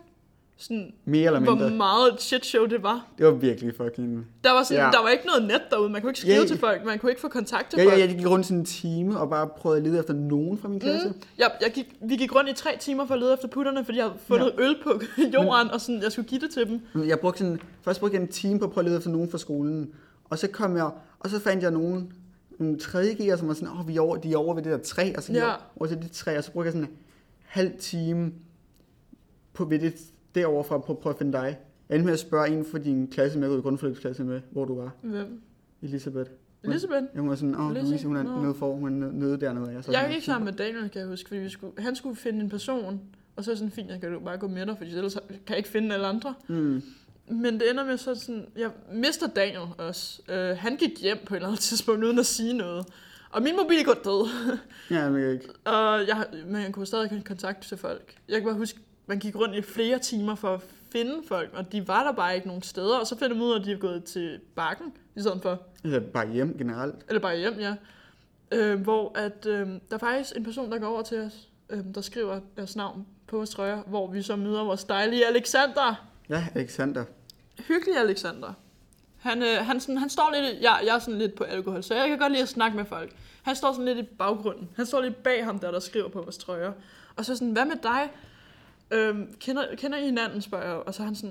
Sådan, Mere eller mindre. hvor meget et shit show det var. Det var virkelig fucking... Der var, sådan, Ja. ja. der var ikke noget net derude. Man kunne ikke skrive Ja, til folk. Man kunne ikke få kontakt til Ja, folk. ja, jeg gik rundt sådan en time og bare prøvede at lede efter nogen fra min klasse. Mm. Jeg, jeg gik, vi gik rundt i tre timer for at lede efter putterne, fordi jeg havde fundet ja. øl på jorden, og sådan, jeg skulle give det til dem. Mm. Jeg brugte sådan, først brugte jeg en time på at prøve at lede efter nogen fra skolen. Og så kom jeg, og så fandt jeg nogen, nogle 3G'er, som var sådan, åh, oh, vi er over, de er over ved det der træ, og så gik Ja. jeg over til det træ, og så brugte jeg sådan en halv time på, ved det derovre fra på at prøve at finde dig. Jeg endte med at spørge en fra din klasse med, jeg gik i grundforløbsklasse med, hvor du var, Hvem? Elisabeth. Elisabeth? Jeg var sådan, åh, oh, Lizzie? Louise, hun er Nå. nede for, hun er nede dernede. Jeg, Jeg gik ikke sammen med Daniel, kan jeg huske, fordi vi skulle, han skulle finde en person, og så er jeg sådan, fint, jeg kan jo bare gå med dig, for ellers kan jeg ikke finde alle andre. Mm. Men det ender med så sådan, jeg mister Daniel også. Øh, han gik hjem på et eller andet tidspunkt, uden at sige noget. Og min mobil går død. Ja, men jeg ikke. Og jeg, har- men jeg kunne stadig have kontakt til folk. Jeg kan bare huske, man gik rundt i flere timer for at finde folk, og de var der bare ikke nogen steder. Og så finder man ud af, at de er gået til bakken, i stedet for, Altså bare hjem generelt. eller bare hjem, ja. Øh, hvor at, øh, der er faktisk en person, der går over til os, øh, der skriver deres navn på vores trøjer, hvor vi så møder vores dejlige Alexander. Ja, Alexander. Hyggelig Alexander. Han, øh, han, sådan, han står lidt, i- jeg, jeg er sådan lidt på alkohol, så jeg kan godt lide at snakke med folk. Han står sådan lidt i baggrunden. Han står lidt bag ham der, der skriver på vores trøjer. Og så sådan, hvad med dig? Øhm, kender, kender I hinanden, spørger jeg. Og så er han sådan,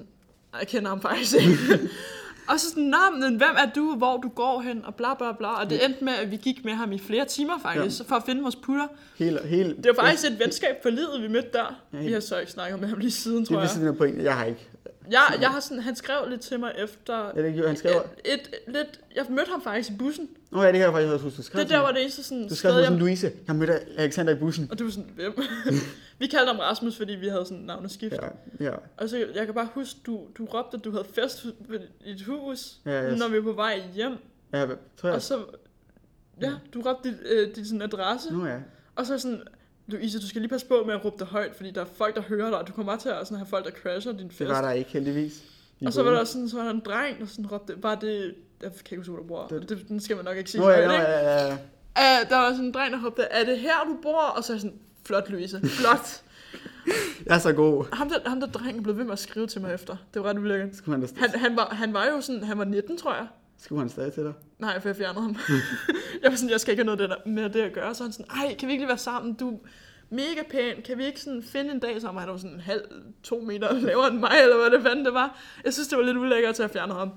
"Nej, jeg kender ham faktisk ikke. og så sådan, nå, men hvem er du, hvor du går hen, og bla bla bla. Og det endte med, at vi gik med ham i flere timer faktisk, ja. for at finde vores putter. Helt, helt, Det var faktisk et venskab for livet, vi mødte der. Ja, Ja, Vi har så ikke snakket med ham lige siden, det tror er ved jeg. siden af pointen. Jeg har ikke. jeg, jeg har sådan, han skrev lidt til mig efter, Ja, det gjorde han skrev. et, et, lidt, jeg mødte ham faktisk i bussen. Nå ja, det kan jeg faktisk også huske, du skrev Det til der mig. var det eneste sådan Du skrev sted, til mig jeg... sådan, Louise, jeg mødte Alexander i bussen. Og du var sådan, hvem? vi kaldte ham Rasmus, fordi vi havde sådan navneskift. Ja, Ja. ja. Og så, jeg kan bare huske, du, du råbte, at du havde fest ved- i dit hus, Ja, jeg- når vi var på vej hjem. ja hvad- tror jeg. Og så, ja, du råbte dit, øh, dit sådan adresse. Nå ja. Og så sådan, Louise, du skal lige passe på med at råbe dig højt, fordi der er folk, der hører dig, og du kommer bare til at sådan have folk, der crasher din fest. Det var der ikke, heldigvis. I Og så var bussen. der også sådan, så var der en dreng, der sådan råbte, var det, jeg kan ikke huske, hvor du bor, Det- det, det, den skal man nok ikke sige Nå ja, højt, nå ikke? ja, ja, ja. Uh, der var sådan en dreng, der hoppede, er det her, du bor? Og så er jeg sådan, flot, Louise, flot. Jeg er så god. ham, der, ham der dreng blev ved med at skrive til mig efter. Det var ret ulækkert. Skulle han, da st- Han, han, var, han var jo sådan, han var 19, tror jeg. skulle han stadig til dig? Nej, for jeg fjernede ham. jeg var sådan, jeg skal ikke have noget af det der, med det at gøre. Så han sådan, ej, kan vi ikke lige være sammen? Du er mega pæn. Kan vi ikke sådan finde en dag sammen? Han var sådan en halv, to meter lavere end mig, eller hvad det fanden det var. Jeg synes, det var lidt ulækkert, så jeg fjernede ham.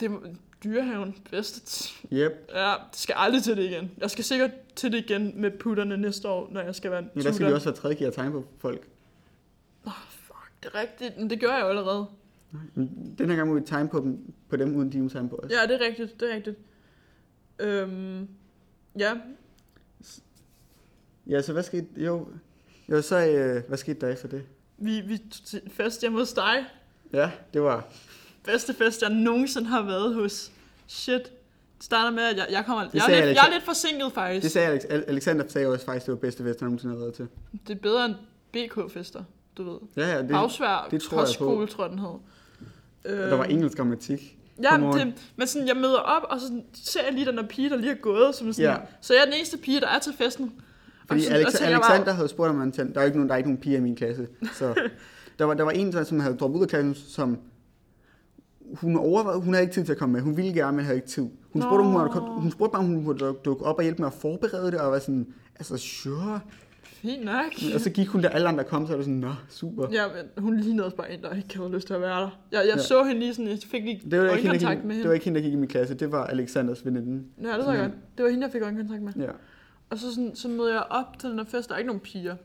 Det var dyrehaven. Bedste t- Yep. Ja, jeg skal aldrig til det igen. Jeg skal sikkert til det igen med putterne næste år, når jeg skal være en Men der skal vi også have tredje og tegne på folk. Oh, fuck, det er rigtigt. Men det gør jeg jo allerede. Men Den her gang må vi tegne på dem, på dem uden de må tegne på os. Ja, det er rigtigt. Det er rigtigt. Øhm, ja, Ja, så hvad skete? Jo, jo så øh, hvad skete der efter det? vi, vi tog til fest hjemme hos dig. Ja, det var... Bedste fest, jeg nogensinde har været hos. Shit. Det starter med, at jeg, jeg kommer... Jeg sagde er, jeg lidt, lidt- jeg er lidt forsinket, faktisk. Det sagde Alex, Al- Alexander sagde også faktisk, det var bedste fest, han nogensinde har været til. Det er bedre end BK-fester, du ved. Ja, ja, det, Bagsvær, det tror jeg på. kostskole, tror jeg, den hed. og der var Øhm, engelsk grammatik. Ja, men Godmorgen. det, men sådan, jeg møder op, og så sådan, ser jeg lige den der pige, der lige er gået. Som sådan, Ja. ja. Så jeg er den eneste pige, der er til festen. Og Fordi sådan- og Alex- tænker jeg Alexander havde spurgt, om han tænkte, der er jo ikke nogen, der er ikke nogen piger i min klasse. Så der var, der var en, som havde droppet ud af klassen, som hun, overvejede, hun havde ikke tid til at komme med. Hun ville gerne, men havde ikke tid. Hun spurgte, om hun, Nå. havde, kom- hun spurgte bare, om hun kunne dukke op og hjælpe med at forberede det, og var sådan, altså sure. Bare, Fint nok. Og så gik hun der, alle andre kom, så var det sådan, nå, super. Ja, men hun lignede også bare en, der ikke havde lyst til at være der. Jeg, jeg Ja. ja. så hende lige sådan, jeg fik lige Det var, ikke hende, der øjenkontakt gik, med det hende. var ikke hende, der gik i min klasse. Det var Alexanders veninde. Ja, det var sådan godt. Det var hende, jeg fik øjenkontakt med. Ja. Og så, sådan, så møder jeg op til den her fest, der er ikke nogen piger.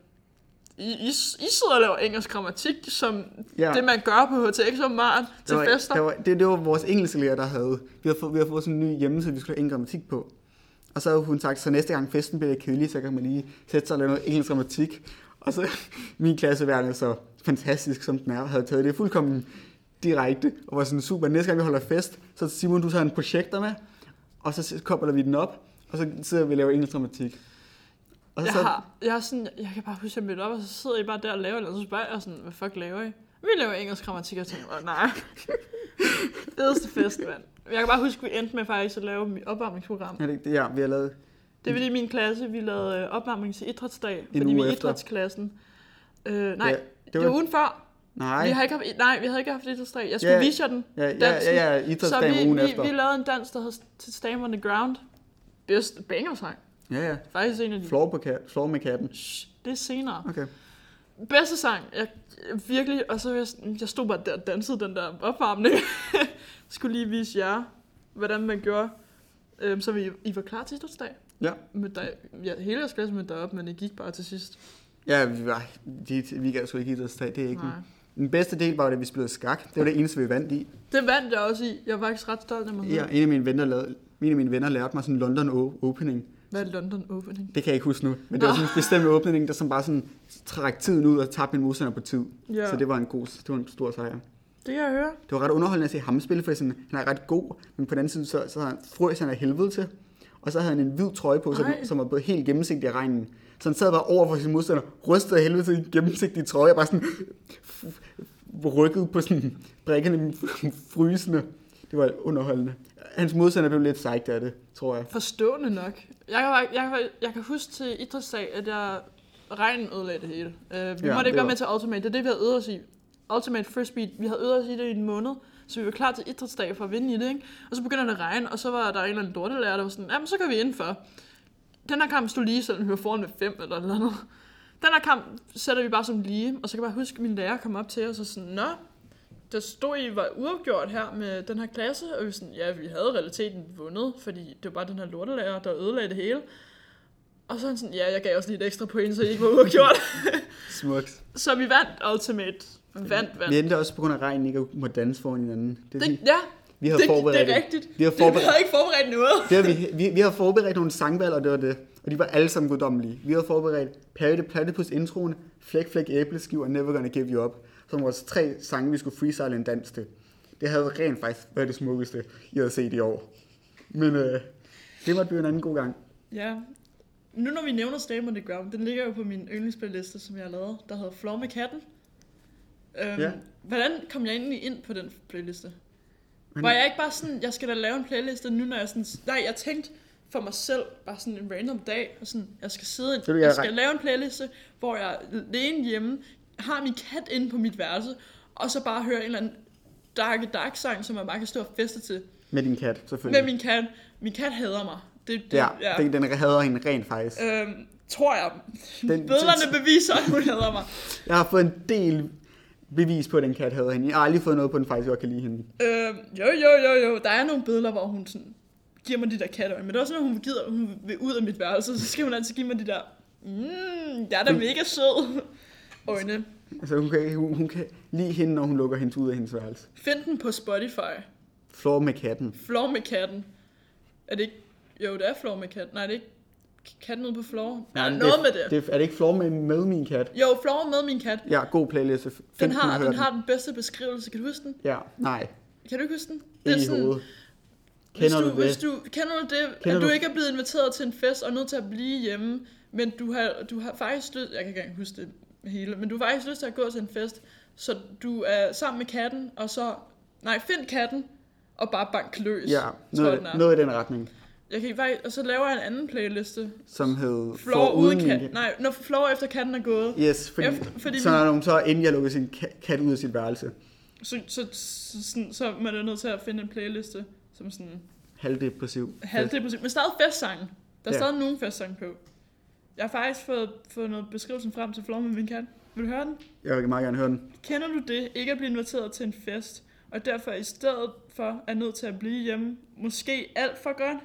I, I, I sidder og laver engelsk grammatik, som ja. ja. det man gør på HTX Mart til der var, fester. Der var, det, det var vores engelske lærer, der havde. Vi havde, fået, vi havde fået sådan en ny hjemmeside, vi skulle have engelsk grammatik på. Og så havde hun sagt, så næste gang festen bliver lidt kedelig, så kan man lige sætte sig og lave noget engelsk grammatik. Og så min klasseværende, så fantastisk som den er, havde taget det fuldkommen direkte. Og var sådan super, næste gang vi holder fest, så Simon, du tager en projekter med. Og så kobler vi den op, og så sidder vi og laver engelsk grammatik. Og Jeg, så, har, jeg, er sådan, jeg kan bare huske, at jeg mødte op, og så sidder I bare der og laver noget, og så spørger jeg sådan, hvad fuck laver I? Vi laver engelsk grammatik, og jeg tænker, bare, nej. Fedeste fest, mand. Jeg kan bare huske, at vi endte med faktisk at lave mit opvarmningsprogram. Ja, det, det- ja, vi har lavet Det var i min klasse, vi lavede øh, opvarmning til idrætsdag, En fordi vi uge er i efter. idrætsklassen. Øh, nej, Ja, ja, det det, var... det var ugen før. Nej. Vi har ikke haft, nej, vi havde ikke haft idrætsdag. Jeg skulle Ja, yeah. vise jer den. Ja, ja, dansen. ja, ja, idrætsdagen så vi, ugen vi, efter. vi lavede en dans, der hed Til Stam on the Ground. Bedst bangersang. Ja, ja. Faktisk en af de... Floor, på ka- floor med katten. Shh, det er senere. Okay. Bedste sang. Jeg, jeg- virkelig. Og så var jeg, sådan- jeg stod bare der og dansede den der opvarmning. skulle lige vise jer, hvordan man gjorde. Øhm, så vi, I var klar til idrætsdag. Ja. Mødte dig, ja, hele jeres klasse mødte dig op, men I gik bare til sidst. Ja, vi var, de, vi gav sgu ikke idrætsdag, det er ikke. Nej. Nej. Den bedste del var, jo, at vi spillede skak. Det var det eneste, vi vandt i. Det vandt jeg også i. Jeg var faktisk ret stolt af mig. Ja, selv. en af mine venner, lavede, en af mine venner lærte mig sådan en London o- opening. Hvad er London Opening? Det kan jeg ikke huske nu, men det var sådan en bestemt åbning, der som bare sådan trak tiden ud og tabte min modstander på tid. Ja. Så det var en god, det var en stor sejr. Det kan jeg høre. Det var ret underholdende at se ham spille, for sådan, han er ret god, men på den anden side, så, så havde han frøs han af helvede til. Og så havde han en hvid trøje på, som, Ej. som var blevet helt gennemsigtig af regnen. Så han sad bare over for sin modstander, rystede af helvede til i en gennemsigtig trøje, og bare sådan f- f- rykket på sådan brækkerne frysende. Det var underholdende. Hans modstander blev lidt sejt af det, tror jeg. Forstående nok. Jeg kan, bare- jeg, kan, jeg kan huske til idrætsdag, at jeg regnen ødelagde det hele. Uh, vi Ja, ja, måtte det ikke være var- med til Ultimate. Det er det, vi havde øvet os i. Ultimate Frisbee, vi havde øvet os i det i en måned, så vi var klar til idrætsdag for at vinde i det, ikke? Og så begynder det at regne, og så var der en eller anden lortelærer, der var sådan, jamen så kan vi indenfor. Den her kamp stod lige, selvom vi var foran med fem eller noget andet. Den her kamp sætter vi bare som lige, og så kan jeg bare huske, at min lærer kom op til os og sådan, Nå, der stod I var uafgjort her med den her klasse, og vi sådan, ja, vi havde i realiteten vundet, fordi det var bare den her lortelærer, der ødelagde det hele. Og så er han sådan, ja, jeg gav også lige et ekstra point, så I ikke var uafgjort. Smukt. så vi vandt Ultimate. Vandt, vandt. Vi endte også på grund af regnen ikke at måtte danse foran hinanden. Det, er Det, sådan- ja, vi havde det, forberedt det er rigtigt. Vi har Det- forberedt- Vi havde ikke forberedt noget. Det har vi, vi, vi har forberedt nogle sangvalg, og det var det. Og de var alle sammen guddommelige. Vi har forberedt Perry the Platypus introen, Flæk Flæk Æbleskiv og Never Gonna Give You Up, som vores tre sange, vi skulle freestyle en dans til. Det havde rent faktisk været det smukkeste, jeg havde set i år. Men øh, det måtte blive en anden god gang. Ja. Nu når vi nævner Stam on the Ground, den ligger jo på min yndlingsplayliste, som jeg har lavet, der hedder Flor med katten. Øhm, Ja. ja. Hvordan kom jeg egentlig ind på den playliste? Men- Men... Var jeg ikke bare sådan, jeg skal da lave en playliste nu, når jeg sådan... Nej, jeg tænkte for mig selv, bare sådan en random dag, og sådan, jeg skal sidde, du, en, jeg jeg er skal ret- lave en playliste, hvor jeg er alene hjemme, har min kat inde på mit værelse, og så bare høre en eller anden dark, dark sang, som man bare kan stå og feste til. Med din kat, Med selvfølgelig. min kat. Min kat hader mig. Det, det, ja, ja. Den, den hader hende rent faktisk. Øhm, tror jeg. Den, Bødlerne beviser, at hun hader mig. jeg har fået en del bevis på, at den kat hader hende. Jeg har aldrig fået noget på, at den faktisk godt kan lide hende. Øhm, jo, jo, jo, jo. Der er nogle billeder, hvor hun sådan, giver mig de der katteøjne. Men det er også, når hun, gider, hun vil ud af mit værelse, så skal hun altid give mig de der... Mm, jeg er da mega sød. Øjne. Altså, hun kan, hun, hun kan lide hende, når hun lukker hende ud af hendes værelse. Find den på Spotify. Flår med katten. Flor med katten. Er det ikke... Jo, det er Flor med katten. Nej, det er ikke katten ude på Flor. Nej, men noget med det. det. Er det ikke Flor med, med min kat? Jo, Flor med min kat. Ja, god playlist. Den har, den har den bedste beskrivelse. Kan du huske den? Ja, nej. Kan du ikke huske den? Det er i hovedet. Kender hvis du, du, det? Hvis du, kender du det, Kender kender at du, du- ikke er blevet inviteret til en fest og er nødt til at blive hjemme, men du har, du har faktisk lyst, jeg kan ikke engang huske det hele, men du har faktisk lyst til at gå til en fest, så du er sammen med katten, og så, nej, find katten, og bare bank løs, Ja, tror noget, jeg, i- den er. noget i den retning, Jeg kan, faktisk- og så laver jeg en anden playliste. som hed Flår uden min kat. Nej, når flår efter katten er gået, Yes, fordi, Efter- fordi fordi så min- når hun så inden jeg lukkede sin ka- kat ud af sit værelse, så, så, så, så, så man er nødt til at finde en playliste, som sådan halvdepressiv. halvdepressiv, men stadig festsangen. Der er ja. Ja. stadig nogen festsange på. Jeg har faktisk fået, fået noget beskrivelsen frem til Flor med min kat. Vil du høre den? Jeg vil meget gerne høre den. Kender du det, ikke at blive inviteret til en fest, og derfor i stedet for er nødt til at blive hjemme, måske alt for godt,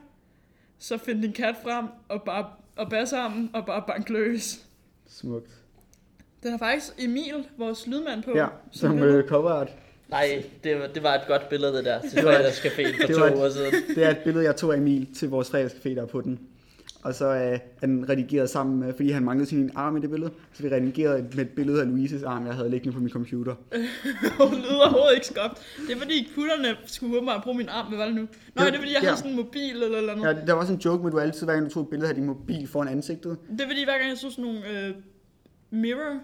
så find din kat frem og bare og bær sammen og bare bank løs. Smukt. Den har faktisk Emil, vores lydmand, på. Ja, som som billede. øh, coverart. Nej, det, var- det var et godt billede, det der, til var- fredagscaféen for det var to et- uger siden. Det er et billede, jeg tog af Emil til vores fredagscafé, der er på den. Og så øh, er den redigeret sammen med, fordi han manglede sin ene arm i det billede, så vi redigerede med et billede af Louises arm, jeg havde liggende på min computer. øh, Hun lyder overhovedet ikke skabt. Det er fordi kutterne skulle åbenbart bruge min arm, hvad var det nu? Nå, Jo, det er fordi, jeg ja. har sådan en mobil eller eller andet. Ja, der var sådan en joke med, at du altid, hver gang du tog et billede, havde din mobil foran ansigtet. Det er fordi, hver gang jeg så sådan nogle øh, mirror,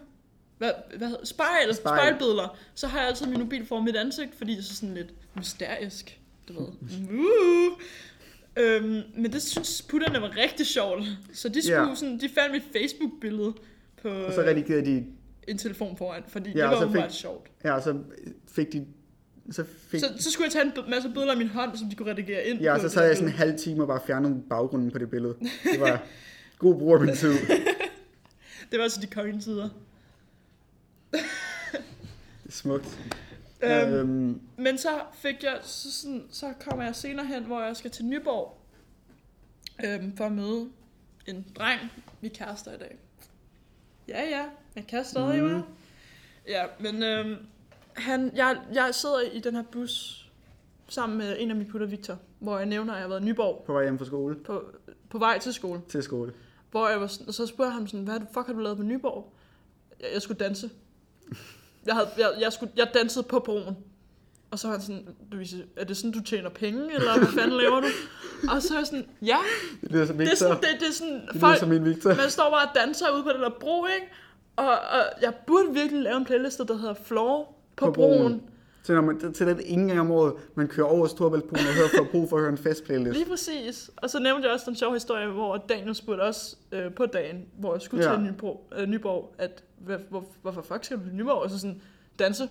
hvad, hvad hedder, spejl, Spejl. spejlbilleder, så har jeg altid min mobil foran mit ansigt, fordi det er så sådan lidt mysterisk, du ved. Uh. Øhm, men det synes putterne var rigtig sjovt. Så de, skulle Ja. sådan, de fandt mit Facebook-billede på Og så øh, redigerede de en telefon foran, fordi Ja, det og var så fik- åbenbart sjovt. Ja, og så fik de... Så fik, Så, så skulle jeg tage en b- masse billeder af min hånd, som de kunne redigere ind ja, på. og så det sad der jeg sådan en billede. halv time og bare fjernede baggrunden på det billede. Det var god brug af min tid. Det var altså de kongelige tider. Smukt. Øhm, Øhm, Men så fik jeg, så, sådan, så kommer jeg senere hen, hvor jeg skal til Nyborg øhm, for at møde en dreng. Vi er kærester i dag. Ja, ja, jeg kan stadig, mm. Ja, men øhm, han, jeg, jeg sidder i den her bus sammen med en af mine kutter, Victor, hvor jeg nævner, at jeg har været i Nyborg på vej hjem fra skole. på, på vej til skole. Til skole. Hvor jeg var sådan, og så spurgte jeg ham sådan, hvad fuck har du lavet på Nyborg? Jeg, jeg skulle danse. Jeg, havde, jeg, jeg, skulle, jeg dansede på broen. Og så var han sådan, Louise, er det sådan, du tjener penge, eller hvad fanden laver du? Og så er jeg sådan, ja, Det lyder som det er Victor. sådan, Det, det, det er sådan det lyder folk, som min Victor. man står bare og danser ude på den der bro, ikke? Og, og jeg burde virkelig lave en playlist, der hedder Floor på, På på broen. broen. broen. Til, når man, til den ingen gang om året, man kører over Storbæltsbroen og hører for brug for at høre en festplaylist. Lige præcis. Og så nævnte jeg også den sjove historie, hvor Daniel spurgte også øh, på dagen, hvor jeg skulle Ja. ja. til Nyborg, øh, Nyborg at hvad, hvor, hvorfor fuck skal du til Nyborg? Og så sådan, danse.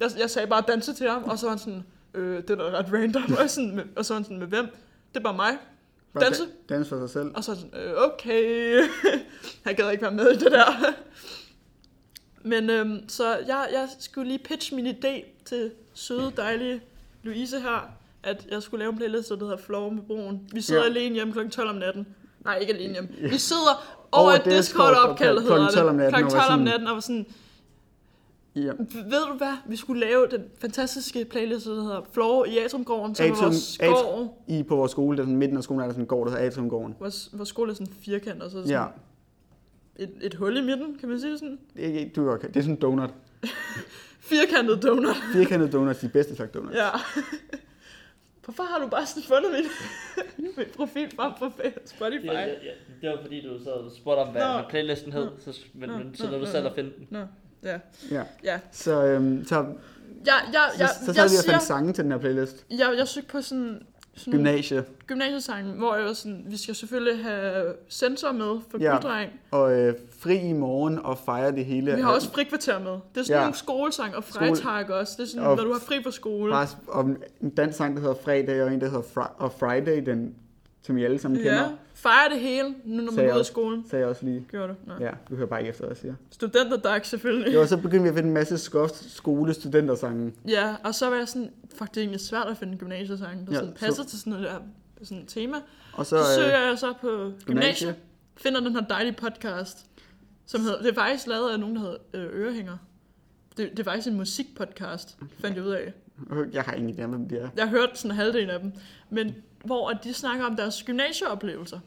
Jeg, jeg sagde bare danse til ham, og så var han sådan, øh, det er da ret random. Og, jeg sådan, med, og så var han sådan, med hvem? Det er bare mig. Bare Danse. da- Dans for sig selv. Og så sådan, øh, okay. han gad ikke være med i det der. Men øhm, så jeg, jeg skulle lige pitche min idé til søde, dejlige Louise her, at jeg skulle lave en playlist, der hedder Flow med broen. Vi sidder Ja. ja. alene hjemme kl. 12 om natten. Nej, ikke alene hjemme. Vi sidder over et Discord-opkald, klokken hedder 12 om det. natten, Kl. og 12 var om sådan- natten, og var sådan, Ja. ved du hvad, vi skulle lave den fantastiske playlist, der hedder Flow i Atrumgården, som er Atrium- vores skov. I på vores skole, der er sådan midten af skolen, er der sådan en gård, der hedder Atriumgården. Vores, vores skole er sådan en firkant, og så er der sådan Ja, et, et hul i midten, kan man sige det sådan? det er, ikke- du, er okay. det er sådan en donut. Firkantet donut. Firkantede donuts, de bedste slags donuts. Ja. Hvorfor har du bare sådan fundet min, min profil frem på Fa- Spotify? Ja, ja, ja. Det var fordi, du så spurgte om, hvad Nå. hvad playlisten hed, Nå. så, men, Nå, men, nå, så når du nå, selv nå. at finde den. Nå, ja. Ja. Ja, Så, øhm, så, jeg, jeg, så, jeg, så, så sad jeg, vi og siger, Mm. fandt sange til den her playlist. jeg, jeg søgte på sådan, sådan Gymnasie gymnasiesangen, hvor jeg var sådan, vi skal selvfølgelig have sensor med for Ja. ja. guddreng. og øh, fri i morgen og fejre det hele. Vi har også frikvarter med. Det er sådan Ja. ja. nogle skolesang og frejtak også. Det er sådan, Og- når du har fri fra skole. Bare s- om en dansk sang, der hedder Fredag, og en, der hedder Fri- og Friday, den, som I alle sammen Ja, kender, fejre det hele, nu når man Sagde jeg er ude af også. skolen. sagde jeg også lige. Gjorde du? Nej. Ja, du hører bare ikke efter, hvad jeg siger. Studenterdag selvfølgelig. Jo, og så begyndte vi at finde en masse skoft skolestudentersange. Ja, og så var jeg sådan, fuck, det er egentlig svært at finde gymnasiesange, der Ja, ja, sådan passer så... så- til sådan et der sådan et tema. Og så, Så, så øh, søger jeg så på gymnasiet, finder den her dejlige podcast, som hedder, det er faktisk lavet af nogen, der hedder øh, Ørehænger. Det, det er faktisk en musikpodcast, fandt jeg ud af. øh, jeg har ingen idé om, hvem de er. Jeg har hørt sådan halvdelen af dem, men hvor at de snakker om deres gymnasieoplevelser.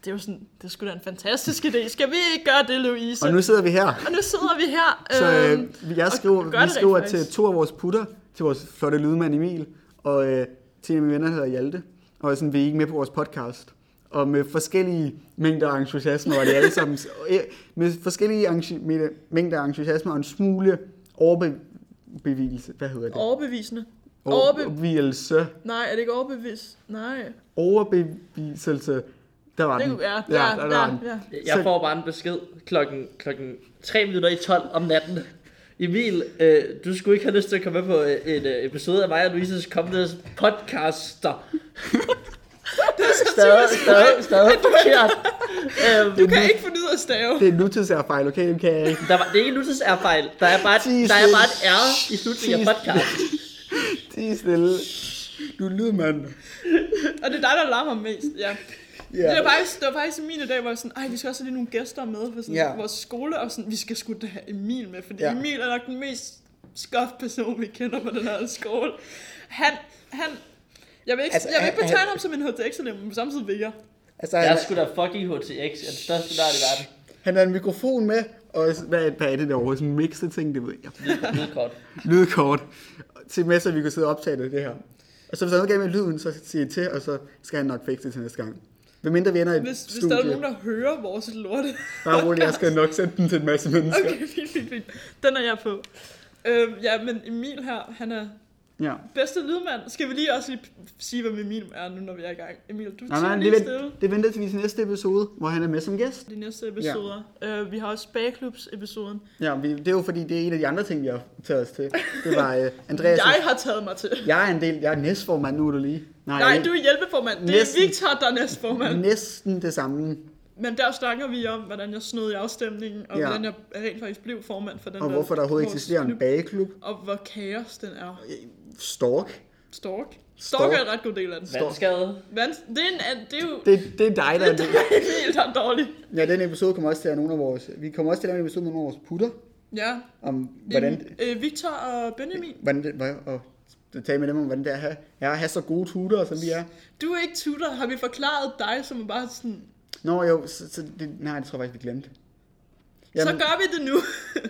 Det er jo sådan, det skulle da en fantastisk idé. Skal vi ikke gøre det, Louise? Og nu sidder vi her. og nu sidder vi her. Så øh, øhm, vi- jeg og skriver, gør det vi rent skriver til faktisk. to af vores putter, til vores flotte lydmand Emil, og øh, til en af mine venner, der hedder Hjalte, og sådan, vi er ikke med på vores podcast. Og med forskellige mængder af entusiasme var det alle sammen. og, øh, med forskellige entu- med- mængder af entusiasme og en smule overbeviselse. Hvad hedder det? Overbevisende. overbe- Overbeviselse. Nej, er det ikke overbevist? Nej. Overbeviselse. Der var Det den. kunne være. Ja, der, der var den. ja, ja. Jeg Så- får bare en besked klokken, klokken 3 minutter i 12 om natten. Emil, øh, du skulle ikke have lyst til at komme med på øh, en øh, episode af mig og Louises kommende podcaster. Det er så Stadig, typisk mig. stadig, stadig forkert. øhm, Du kan ikke finde ud af at stave. Det er en nutidserfejl, okay? Dem kan jeg ikke. der var, det er ikke en nutidsærfejl. Der er bare, et- der er bare et R i slutningen af podcast. Tige stille. Du er lydmand. Og det er dig, der larmer mest. Ja. Ja. Det, var faktisk, det var faktisk i mine dag, hvor jeg sådan, Ej, vi skal også have lige nogle gæster med fra sådan, Ja. ja. vores skole, og sådan, vi skal sgu da have Emil med, fordi Ja. ja. Emil er nok den mest skuffede person, vi kender på den her skole. Han, han, jeg vil ikke, altså, Altså, jeg vil ikke han- betegne ham som en HTX-elev, men samtidig vil jeg. Altså, Jeg han, er sgu da fucking HTX, jeg er den største nørd i verden. han har en mikrofon med, og s- hvad, hvad er det derovre? Sådan en mixet ting, det ved jeg. Lyd- Lydkort. Lydkort. Til med, så vi kunne sidde og optage det, det her. Og så hvis der er noget galt med lyden, så siger jeg til, og så skal han nok fikse det til næste gang. Hvem mindre vi ender i et Hvis, hvis der studie. er nogen, der hører vores lorte. Bare rolig, jeg skal nok sende den til en masse mennesker. Okay, fint, fint, fint. Den er jeg på. Øhm, ja, men Emil her, han er Ja. bedste lydmand. Skal vi lige også lige p- sige, hvem Emil er nu, når vi er i gang? Emil, du Nej, tager nej, lige det, stille vent, det venter til vi til næste episode, hvor han er med som gæst. de næste episoder. Ja. Øh, vi har også bagklubs-episoden. Ja, vi, det er jo fordi, det er en af de andre ting, vi har taget os til. Det var uh, Andreas. Jeg har taget mig til. jeg er en del, jeg er næstformand nu, er du lige. Nej, du er hjælpeformand. Det er Næsten. Victor, der er næstformand. Næsten det samme. Men der snakker vi om, hvordan jeg snød i afstemningen, og ja. Ja. hvordan jeg rent faktisk blev formand for den Og der hvorfor der overhovedet vores eksisterer en klub, bageklub. Og hvor kaos den er. Stork. Stork. Stork, Stork. er en ret god del af den. Vandskade. Vans, det, er en, an- det er jo Det, det er dig, der er det. en helt der er dårlig. Ja, den episode kommer også til at have nogle af vores... Vi kommer også til at lave en episode med nogle af vores putter. Ja. Om Det er hvordan... Øh, Victor og Benjamin. hvordan det, hvad, og tale med dem om, hvordan det er at have, er at have så gode tutor, som vi er. Du er ikke tutor. Har vi forklaret dig, som er bare sådan... Nå jo, så, så det, nej, det tror jeg faktisk, vi glemte. Jamen. Så Jamen, gør vi det nu.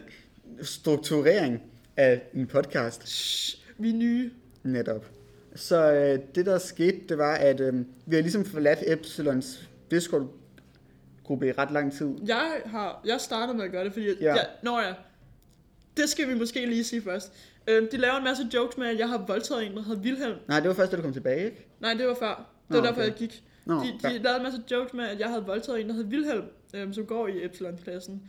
strukturering af en podcast. Shh, vi er nye. Netop. Så øh, det der skete, det var, at øh, vi har ligesom forladt Epsilons Discord-gruppe i ret lang tid. Jeg, har, jeg starter med at gøre det, fordi... Ja. Ja. Jeg, når jeg... Det skal vi måske lige sige først. Øh, de laver en masse jokes med, at jeg har voldtaget en, der hedder Wilhelm. Nej, det var først, da du kom tilbage, ikke? Nej, det var før. Det var okay. Nå, derfor, okay. jeg gik. Nå, de, de ja. lavede en masse jokes med, at jeg havde voldtaget en, der hed Vilhelm, øhm, som går i Epsilon-klassen.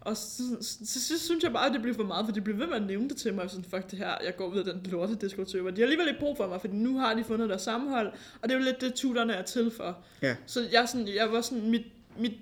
Og så, så, så, så synes jeg bare, at det blev for meget, for de blev ved med at nævne det til mig. og Sådan, fuck det her, jeg går ud af den lorte diskotøber. De har alligevel ikke brug for mig, for nu har de fundet deres sammenhold, og det er jo lidt det, tuterne er til for. Ja. Så jeg, er sådan, jeg var sådan, mit, mit,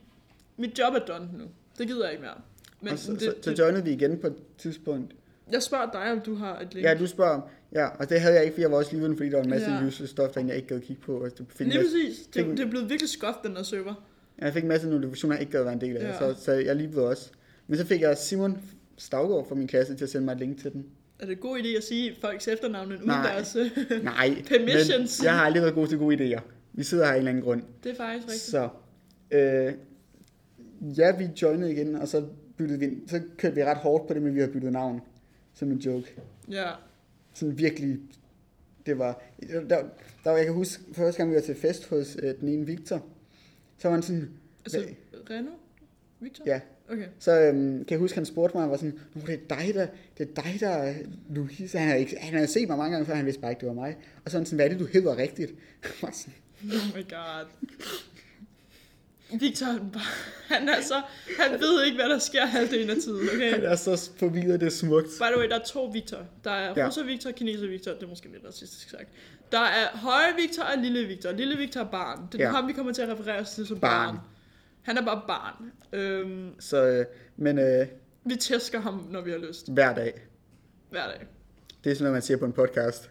mit job er done nu. Det gider jeg ikke mere. Men Men, så, det, så, det, så joinede vi igen på et tidspunkt. jeg spørger dig, om du har et link. Ja, du spørger om. Ja, og det havde jeg ikke, fordi jeg var også lige uden, fordi der var en masse Ja. ja. useless stuff, der jeg ikke gad kigge på. Og det fik en Lige masse- præcis. Det, fik- det er blevet virkelig skuffet, den der server. Jeg fik en masse notifikationer, jeg ikke gad være en del af, Ja. ja. så, så jeg lige ved også. Men så fik jeg Simon Stavgaard fra min klasse til at sende mig et link til den. Er det en god idé at sige folks efternavn uden Nej. deres... øh, Nej, Permissions. Men jeg har aldrig været god til gode idéer. Vi sidder her af en eller anden grund. Det er faktisk rigtigt. Så, øh, ja, vi joinede igen, og så, byttede vi, ind. så kørte vi ret hårdt på det, men vi har byttet navn. Som en joke. Ja. Sådan virkelig, det var... Der, der, jeg kan huske, første gang vi var til fest hos øh, den ene Victor, så var han sådan, Altså, Hvad? Reno? Victor? ja, Okay. Så øhm, kan jeg huske, han spurgte mig, og var sådan, Nå, det er dig, der, det er dig, der er Louise. Han havde, ikke, han havde set mig mange gange før, han vidste bare ikke, det var mig. Og sådan sådan, hvad er det, du hedder rigtigt? Jeg var sådan, Oh my god. Victor, han, bare, han er så... Han ved ikke, hvad der sker halvdelen af tiden, okay? han er så forvirret, det er smukt. By the way, der er to Victor. Der er ja. Ja. russer Victor og kineser Victor. Det er måske lidt racistisk sagt. Der er høje Victor og lille Victor. Lille Victor er barn. Det er ja. Ja. ham, vi kommer til at referere os til som barn. Barn. barn. Han er bare barn. Øhm, Så, øh, men øh, vi tæsker ham, når vi har lyst. hver dag. Hver dag. Det er sådan noget, man siger på en podcast.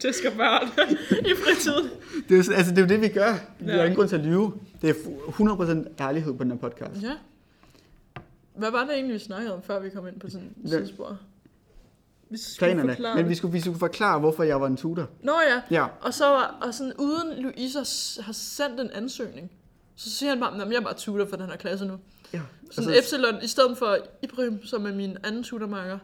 Tæsker børn i fritiden. Det er, sådan- altså, det er jo det, vi gør. Vi Ja. har ingen grund til at lyve. Det er fu- 100% ærlighed på den her podcast. Ja. Hvad var det egentlig, vi snakkede om, før vi kom ind på sådan et Hvem? tidsspor? Vi skulle Planerne. forklare Men vi det. skulle, vi skulle forklare, hvorfor jeg var en tutor. Nå ja, Ja, og så var, og sådan, uden Louise har s- har sendt en ansøgning, så siger han bare, at jeg er bare tutor for den her klasse nu. ja. Sådan Altså, Epsilon, i stedet for Ibrahim, som er min anden tutormarker.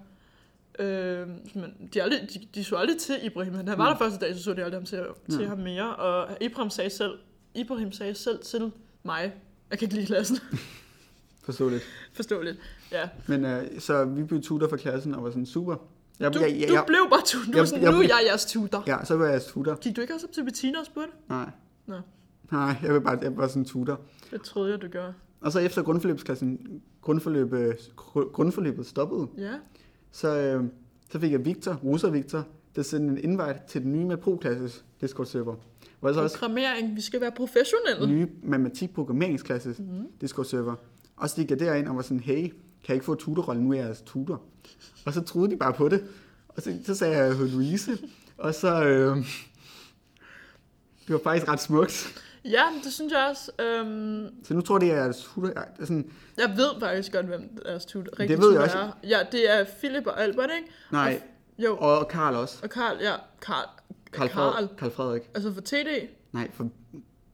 Øh, men de, er aldrig, de, de så aldrig til Ibrahim. Han Mm. var der første dag, så så de aldrig ham til, til ham mere. Og Ibrahim sagde selv, Ibrahim sagde selv til mig, jeg kan ikke lide klassen. forståeligt. Forståeligt. Ja. Men øh, så vi blev tutor for klassen og var sådan super. Jeg, Du, ja, ja, du blev bare tutor. Du er Jeg- sådan, jeg- nu er jeg jeres tutor. Ja. Ja, så var jeg tutor. Gik du ikke også op til Bettina og spurgte? Nej. Nå. Nej, jeg var bare jeg var sådan tutor. Det troede jeg, du gjorde. Og så efter grundforløbsklassen, grundforløb, øh, gru- grundforløbet stoppede, Ja. så, øh, så fik jeg Victor, Rosa Victor, der sendte en invite til den nye med pro-klasses Discord-server. Hvor der så også Mm. Programmering. Vi skal være professionelle. den nye matematik-programmeringsklasses mm-hmm. Discord-server. Og så gik jeg derind og var sådan, hey, kan jeg ikke få tutorrollen, nu er jeg jeres tutor? Og så troede de bare på det. Og så, så sagde jeg øh, Louise, og så... Øh, det var faktisk ret smukt. Ja, men det synes jeg også. Øhm, Så nu tror de, at jeg er tutor. Jeg, er sådan, jeg ved faktisk godt, hvem deres tutor, rigtig ved jeg tutor også. er. Ja, det er Philip og Albert, ikke? nej, Og, jo, og, Og Karl også. og Karl, ja. Karl. Karl, Karl. Karl Frederik. Altså for TD. Nej, for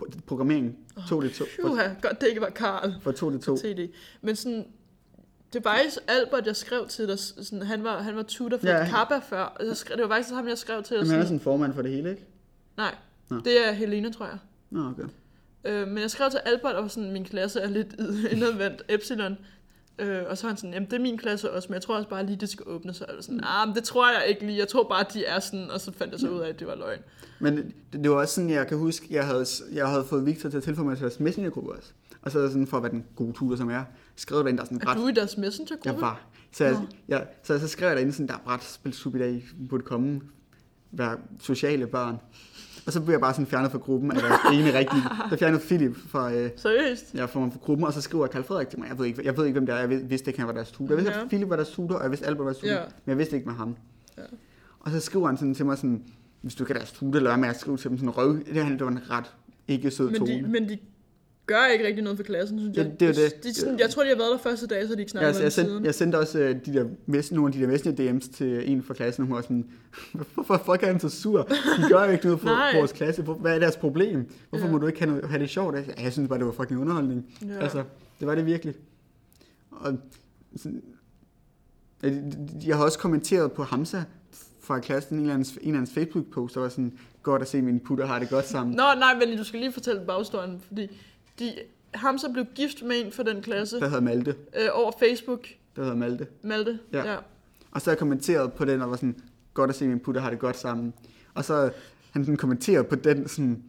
p- programmering. 2 til 2. For, Puha, godt det ikke var Karl. for 2 til 2. TD. Men sådan, det var faktisk Albert, jeg skrev til dig, sådan, han, var, han var tutor for Ja. ja. Kappa før, og jeg skrev, det var faktisk ham, jeg skrev til dig. Jamen, han er Sådan, sådan formand for det hele, ikke? nej, Nå. det er Helene, tror jeg. Nå, okay. Øh, men jeg skrev til Albert, og var sådan, min klasse er lidt indadvendt Epsilon. Øh, og så var han sådan, jamen det er min klasse også, men jeg tror også bare lige, det skal åbne sig. Og jeg var Mm. sådan, nej, men det tror jeg ikke lige, jeg tror bare, de er sådan, og så fandt jeg så ud af, at det var løgn. Men det, det var også sådan, jeg kan huske, jeg havde, jeg havde fået Victor til at tilføje mig til deres messengergruppe også. Og så havde jeg sådan, for at være den gode tutor, som jeg er, skrev der en, der er sådan Er ret... du i deres Jeg messengergruppe? var. Så, jeg, jeg, så, så skrev jeg derinde sådan, der er brætspilsklub i dag, I burde komme, være sociale børn. Og så blev jeg bare sådan fjernet fra gruppen af deres ene rigtige. Så fjernede Philip fra, øh, Seriøst? jeg får mig fra gruppen, og så skriver Karl Frederik til mig, jeg ved ikke, jeg ved ikke hvem det er, jeg vid- vidste ikke, han var deres tutor. Jeg vidste, Ja. at Philip var deres tutor, og jeg vidste, Albert var deres tutor, Ja. men jeg vidste ikke med ham. Ja. Og så skriver han sådan til mig sådan, hvis du ikke er deres tutor, lad være med at skrive til dem sådan røv. Det, han- det var en ret ikke sød Men tone. de, men de gør ikke rigtig noget for klassen, synes Ja, jeg. det er jo det. De, er sådan, jeg tror, de har været der første dag, så de ikke snakker jeg, ja, jeg, om siden. sendte, jeg sendte også øh, de der, mes- nogle af de der messenger DM's til en fra klassen, og hun var sådan, hvorfor fuck er han så sur? De gør jo ikke noget for Nej. vores klasse. Hvor, hvad er deres problem? Hvorfor Ja. må du ikke have, noget, have det sjovt? Altså, jeg synes bare, det var fucking underholdning. Ja. Altså, det var det virkelig. Og sådan, ja, de- de- jeg har også kommenteret på Hamza fra klassen, en af hans, en af hans Facebook-post, der var sådan, godt at se mine putter har det godt sammen. Nå, nej, men du skal lige fortælle bagstøjen, fordi de, ham så blev gift med en fra den klasse Der hedder Malte. øh, over Facebook, Der hedder Malte. Malte. Ja. Og så har jeg kommenteret på den, og var sådan, godt at se min putter har det godt sammen. Og så han sådan kommenteret på den, sådan,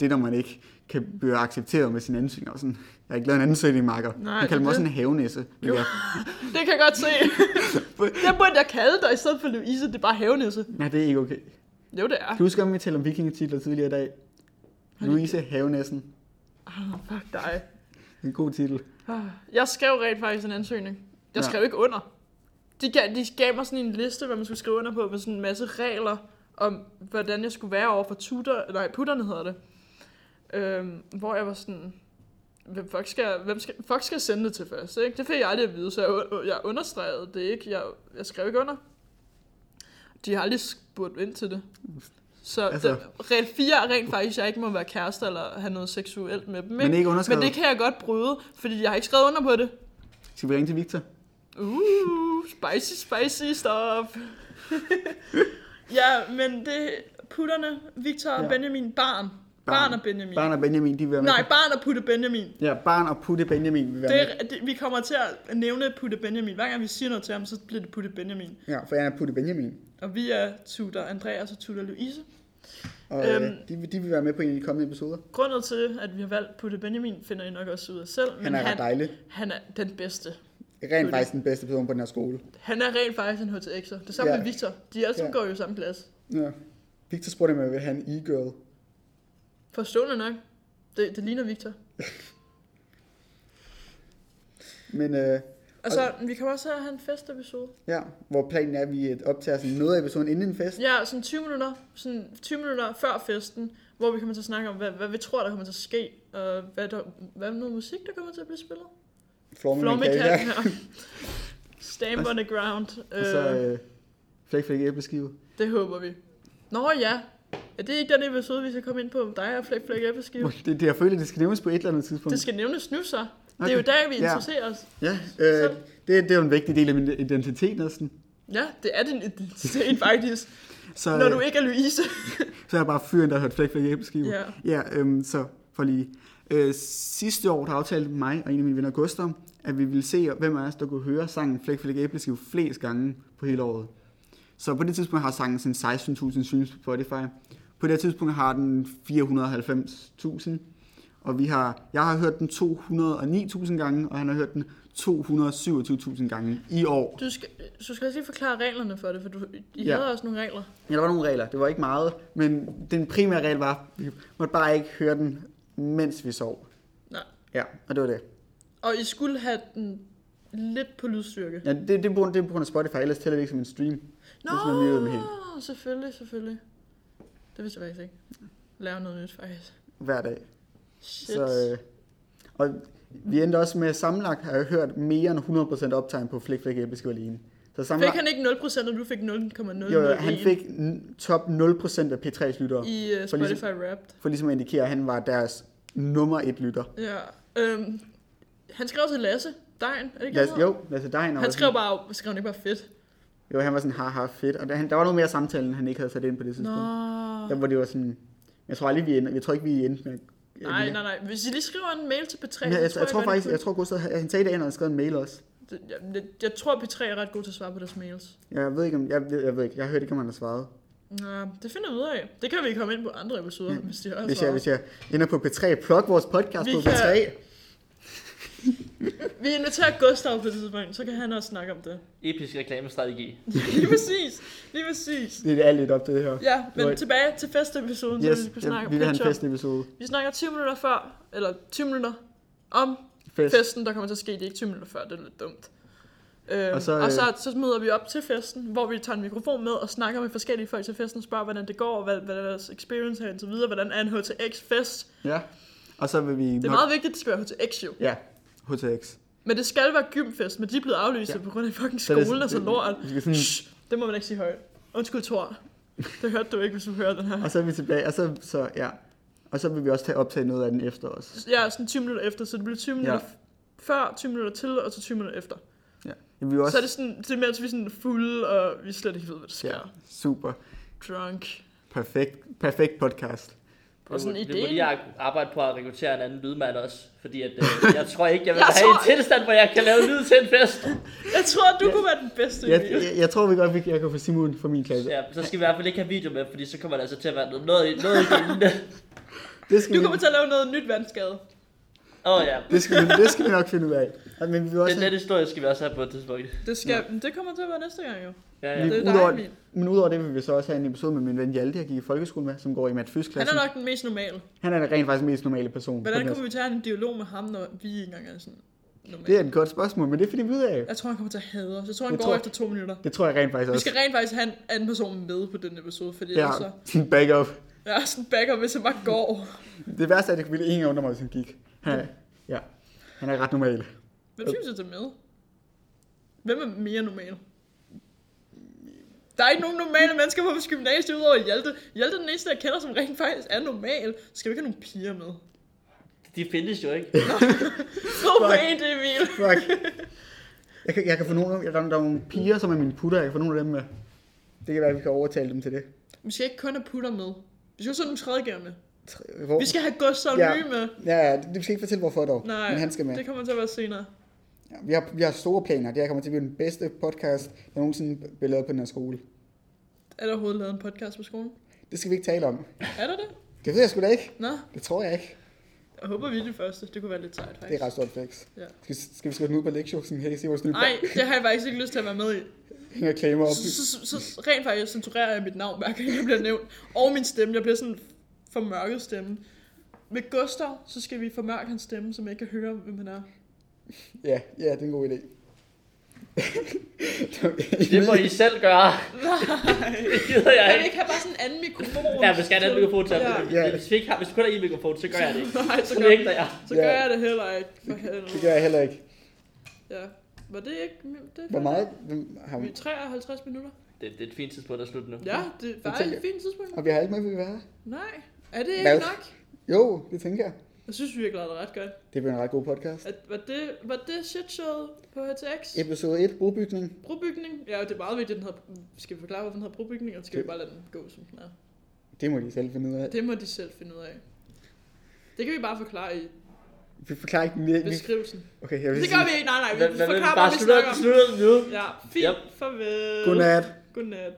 det når man ikke kan blive accepteret med sin ansøgning. Og sådan, jeg har ikke lavet en ansøgning, Marker. Nej, han kalder det mig er også en det. havenisse. Jo. Ja. Det kan jeg godt se. det burde jeg kalde dig, i stedet for Louise, det er bare havenisse. Nej, det er ikke okay. Jo, det er. Kan du huske, om vi talte om vikingetitler tidligere i dag? Louise Havnæssen. Oh, fuck dig. En god titel. Ah, Jeg skrev rent faktisk en ansøgning. Jeg Ja. skrev ikke under. De gav, de gav mig sådan en liste, hvad man skulle skrive under på, med sådan en masse regler om, hvordan jeg skulle være over for tutor, nej, putterne hedder det. Øhm, hvor jeg var sådan, hvem fuck skal, jeg- hvem skal, fuck skal jeg sende det til først? Ikke? Det fik jeg aldrig at vide, så jeg, u- jeg understregede det ikke. Jeg, jeg skrev ikke under. De har aldrig spurgt ind til det. Så Altså- altså, regel 4 er rent faktisk, at jeg ikke må være kærester eller have noget seksuelt med dem. Men ikke underskrevet. Men det kan jeg godt bryde, fordi jeg har ikke skrevet under på det. Skal vi ringe til Victor? Uh, spicy, spicy stuff. ja, men det putterne, Victor og Ja. ja. Benjamin, barn. Barn og Benjamin. Barn og Benjamin, de vil være med. Nej, barn og putte Benjamin. Ja, barn og putte Benjamin vil være med. Det, er- det, vi kommer til at nævne putte Benjamin. Hver gang vi siger noget til ham, så bliver det putte Benjamin. Ja, for jeg er putte Benjamin. Og vi er tutor Andreas og tutor Louise. Og øhm, Øhm. de, vil- de, vil være med på en af de kommende episoder. Grunden til, at vi har valgt putte Benjamin, finder I nok også ud af selv. Han er ret dejlig. han er den bedste. Rent Putte. faktisk den bedste person på den her skole. Han er rent faktisk en HTX'er. Det samme Ja. med Victor. De alle sammen Ja. går jo i samme klasse. Ja. Victor spurgte, om jeg ville have en e-girl. Forstående nok. Det, det ligner Victor. Men øh, Og så, vi kommer også til at have en festepisode. ja, hvor planen er, at vi øh, optager sådan noget af episoden inden en fest. Ja, sådan 20 minutter, sådan 20 minutter før festen, hvor vi kommer til at snakke om, hvad, hvad vi tror, der kommer til at ske, og hvad, der, hvad noget musik, der kommer til at blive spillet. Florme Flormekatten Michael. her. Stamp on the ground. Og så Øh, øh, flæk, flæk æbleskive. det håber vi. Nå ja, er det ikke den episode, vi skal komme ind på? Dig og Flæk Flæk Æbleskive. Det, det, jeg føler, det skal nævnes på et eller andet tidspunkt. Det skal nævnes nu så. Det er Okay. jo der, vi Ja. interesserer os. Ja, øh, det, det er jo en vigtig del af min identitet næsten. Ja, det er din identitet faktisk. Så, Når du øh, ikke er Louise. så er jeg bare fyren, der har hørt flæk, flæk æbleskive. Ja. ja øhm, så for lige. Øh, sidste år, der aftalte mig og en af mine venner, Gustav, at vi ville se, hvem af os, der kunne høre sangen Flæk, flæk æbleskive flest gange på hele året. Så på det tidspunkt har sangen sådan 16.000 streams på Spotify. På det her tidspunkt har den 490.000. Og vi har, jeg har hørt den 209.000 gange, og han har hørt den 227.000 gange i år. Du skal, så skal jeg lige forklare reglerne for det, for du, I Ja. ja. havde også nogle regler. Ja, der var nogle regler. Det var ikke meget, men den primære regel var, at vi måtte bare ikke høre den, mens vi sov. Nej. Ja, og det var det. Og I skulle have den lidt på lydstyrke. Ja, det, det, er på, grund- det er på grund af Spotify, ellers tæller det ikke som en stream. Nå, hvis man myrede dem helt. selvfølgelig, selvfølgelig. Det vidste jeg faktisk ikke. Lave noget nyt faktisk. hver dag. Shit. Så, øh, og vi endte også med sammenlagt at have hørt mere end 100% optegn på Flik Flik Æbleskiver alene. Så samlet, Fik han ikke 0%, og du fik 0,0? jo, jo, han fik n- top 0% af P3's lyttere, I uh, for ligesom- Spotify Wrapped. for ligesom at indikere, at han var deres nummer et lytter. Ja. Øhm, han skrev til Lasse. Dejen, er det ikke Lasse, han hedder? jo, Lasse Dejen Han skrev bare, skrev han ikke bare fedt. Jo, han var sådan, haha, fedt. Og der, han, der var noget mere samtalen, han ikke havde sat ind på det Nå. tidspunkt. Der, hvor det var sådan... Jeg tror aldrig, vi endte, jeg tror ikke, vi endte med... Nej, nej, nej. Hvis I lige skriver en mail til P3, Men jeg, jeg, jeg, godt, tror I faktisk, kunne- jeg tror Gustav, han sagde det, inden han skrev en mail også. Det- Jeg, jeg, jeg tror, P3 er ret god til at svare på deres mails. Jeg ved ikke, om, jeg, jeg, jeg ved ikke, jeg hørte ikke, om han har svaret. Nå, det finder vi ud af. Det kan vi komme ind på andre episoder, Ja. hvis de har Mm. Hvis jeg, svaret. hvis jeg ender på P3, plug vores podcast Vi på kan- P3. Vi inviterer Gustav på det tidspunkt, så kan han også snakke om det. Episk reklamestrategi. Lige præcis. Lige præcis. Det er lidt op til det her. Ja, men Right. tilbage til festepisoden, Yes, så vi skal jeg, snakke vi om vil have en Patreon. festepisode. Vi snakker 20 minutter før, eller 20 minutter om Fest. fest. festen, der kommer til at ske. Det er ikke 20 minutter før, det er lidt dumt. Øhm, Og og så, så, øh, og så, så møder vi op til festen, hvor vi tager en mikrofon med og snakker med forskellige folk til festen, spørger, hvordan det går, og hvad, hvad deres experience er, og så videre, hvordan er en HTX-fest. Ja. Og så vil vi... Det er meget vigtigt, at det skal være HTX jo. Ja, HTX. Men det skal være gymfest, men de er blevet aflyst Ja. ja. på grund af fucking Så det er skolen og så sådan- lort. Vi skal sådan, Shh, det må man ikke sige højt. Undskyld, Thor. Det hørte du ikke, hvis du hørte den her. og så er vi tilbage, og så, så ja. Og så vil vi også tage optage noget af den efter os. Ja, sådan 20 minutter efter, så det bliver 20 Ja. minutter f- før, 20 minutter til, og så 20 minutter efter. Ja. Vi vil også, Så er det sådan, det er mens vi er sådan fulde, og vi slet ikke ved, hvad der sker. ja, super. Drunk. Perfekt, perfekt podcast. Det Og sådan må- ideen. Det må lige ar- arbejde på at rekruttere en anden lydmand også, fordi at, øh, jeg tror ikke, jeg vil Jeg have tror- en tilstand, hvor jeg kan lave lyd til en fest. Jeg tror, du kunne være den bedste. Jeg, Emil. jeg, jeg tror vi godt, vi kan- jeg kan få Simon fra min klasse. Ja, så skal vi i hvert fald ikke have video med, fordi så kommer der altså til at være noget, noget, noget lignende. Det skal, Du vi, kommer til at lave noget nyt vandskade. Åh oh, ja, det, skal vi, det skal vi nok finde ud af. Og- Men vi vil også den lette historie skal vi også have på et tidspunkt. Det, skal, men det kommer til at være næste gang jo. Ja, ja. Vi- Det er Udover- dig, Emil. men udover det vil vi så også have en episode med min ven Hjalte, jeg gik i folkeskole med, som går i Matt Fys Han klassen. er nok den mest normale. Han er rent faktisk den mest normale person. på Hvordan den her- kommer vi til at have en dialog med ham, når vi ikke engang er sådan normale? Det er et godt spørgsmål, men det finder vi ud af. Jeg tror, han kommer til at hade os. Jeg tror, han Jeg jeg går tror- tror... efter to minutter. Det tror jeg rent faktisk Vi også. skal rent faktisk have en anden person med på den episode, fordi Ja, ja. så, sådan back up. jeg er sådan backup, hvis jeg bare går. Det værste er, at det ville ingen undre mig, hvis han gik. Han er, ja, han er ret normal. Hvem synes jeg tager med? Hvem er mere normal? Der er ikke nogen normale mennesker på vores gymnasie udover Hjalte. Hjalte er den eneste, jeg kender, som rent faktisk er normal. Så skal vi ikke have nogen piger med? De findes jo ikke. Go away, det Emil! Fuck. Jeg kan, jeg kan få nogle, jeg, der, er- der er nogle piger, som er mine putter, jeg kan få nogle af dem med. Det kan være, at vi kan overtale dem til det. Vi skal ikke kun have putter med. Vi skal også have nogle tredjegaver med. Tre- Hvor? Vi skal have Gustav Ja. ja. Nye med. Ja, ja, det, vi skal ikke fortælle hvorfor dog, Nej, men han skal med. det kommer til at være senere. Ja, vi, har, vi har store planer. Det her kommer til at blive den bedste podcast, der nogensinde bliver lavet på den her skole. Er der overhovedet lavet en podcast på skolen? Det skal vi ikke tale om. Er der det? Det ved jeg sgu da ikke. Nå, Det tror jeg ikke. jeg håber vi er de første. Det kunne være lidt sejt, faktisk. Det er ret stort flex. Ja. Skal, vi- skal vi skrive den ud på lektion, sådan, hey, se vores nye Nej, det har jeg faktisk ikke lyst til at være med i. hænger klamer op. Så, så, så, så rent faktisk censurerer jeg mit navn, hver gang jeg bliver nævnt. Og min stemme, jeg bliver sådan formørket stemme. Med Gustav, så skal vi formørke hans stemme, så man ikke kan høre, hvem han er. Ja, ja, det er en god idé. Det må I selv gøre. Det gider jeg Jeg vil ikke. ikke have bare sådan en anden mikrofon. Ja, vi skal have den mikrofon til. Ja. Ja. Hvis, vi ikke har, hvis du kun har en mikrofon, så gør jeg det ikke. Nej, så Så gør, nægter jeg. så Ja. gør jeg det heller ikke. For Det helvede. gør jeg heller ikke. Ja. Var det ikke... Det er Hvor fandme- meget har Vi vi? er 53 minutter. Det, det er et fint tidspunkt at slutte nu. Ja, det var tænker- et fint tidspunkt. Og vi har ikke med, vi vil være. Nej, er det ikke Hvad? nok? Jo, det tænker jeg. Jeg synes, vi har klaret det ret godt. Det bliver en ret god podcast. At, var, det, var det shitshowet på HTX? Episode 1, brobygning. Brobygning? Ja, det er meget vigtigt, den hedder... Skal vi forklare, hvorfor den hedder brobygning, eller skal vi bare lade den gå, som den er? Det må de selv finde ud af. Det må de selv finde ud af. Det kan vi bare forklare i Vi forklarer ikke mere. Vi... beskrivelsen. Okay, jeg vil Det gør vi ikke, nej, nej, vi Men, men, men forklarer, bare hvad vi slutter, snakker om. slutter nu. Ja, fint, Yep. farvel. Godnat. Godnat.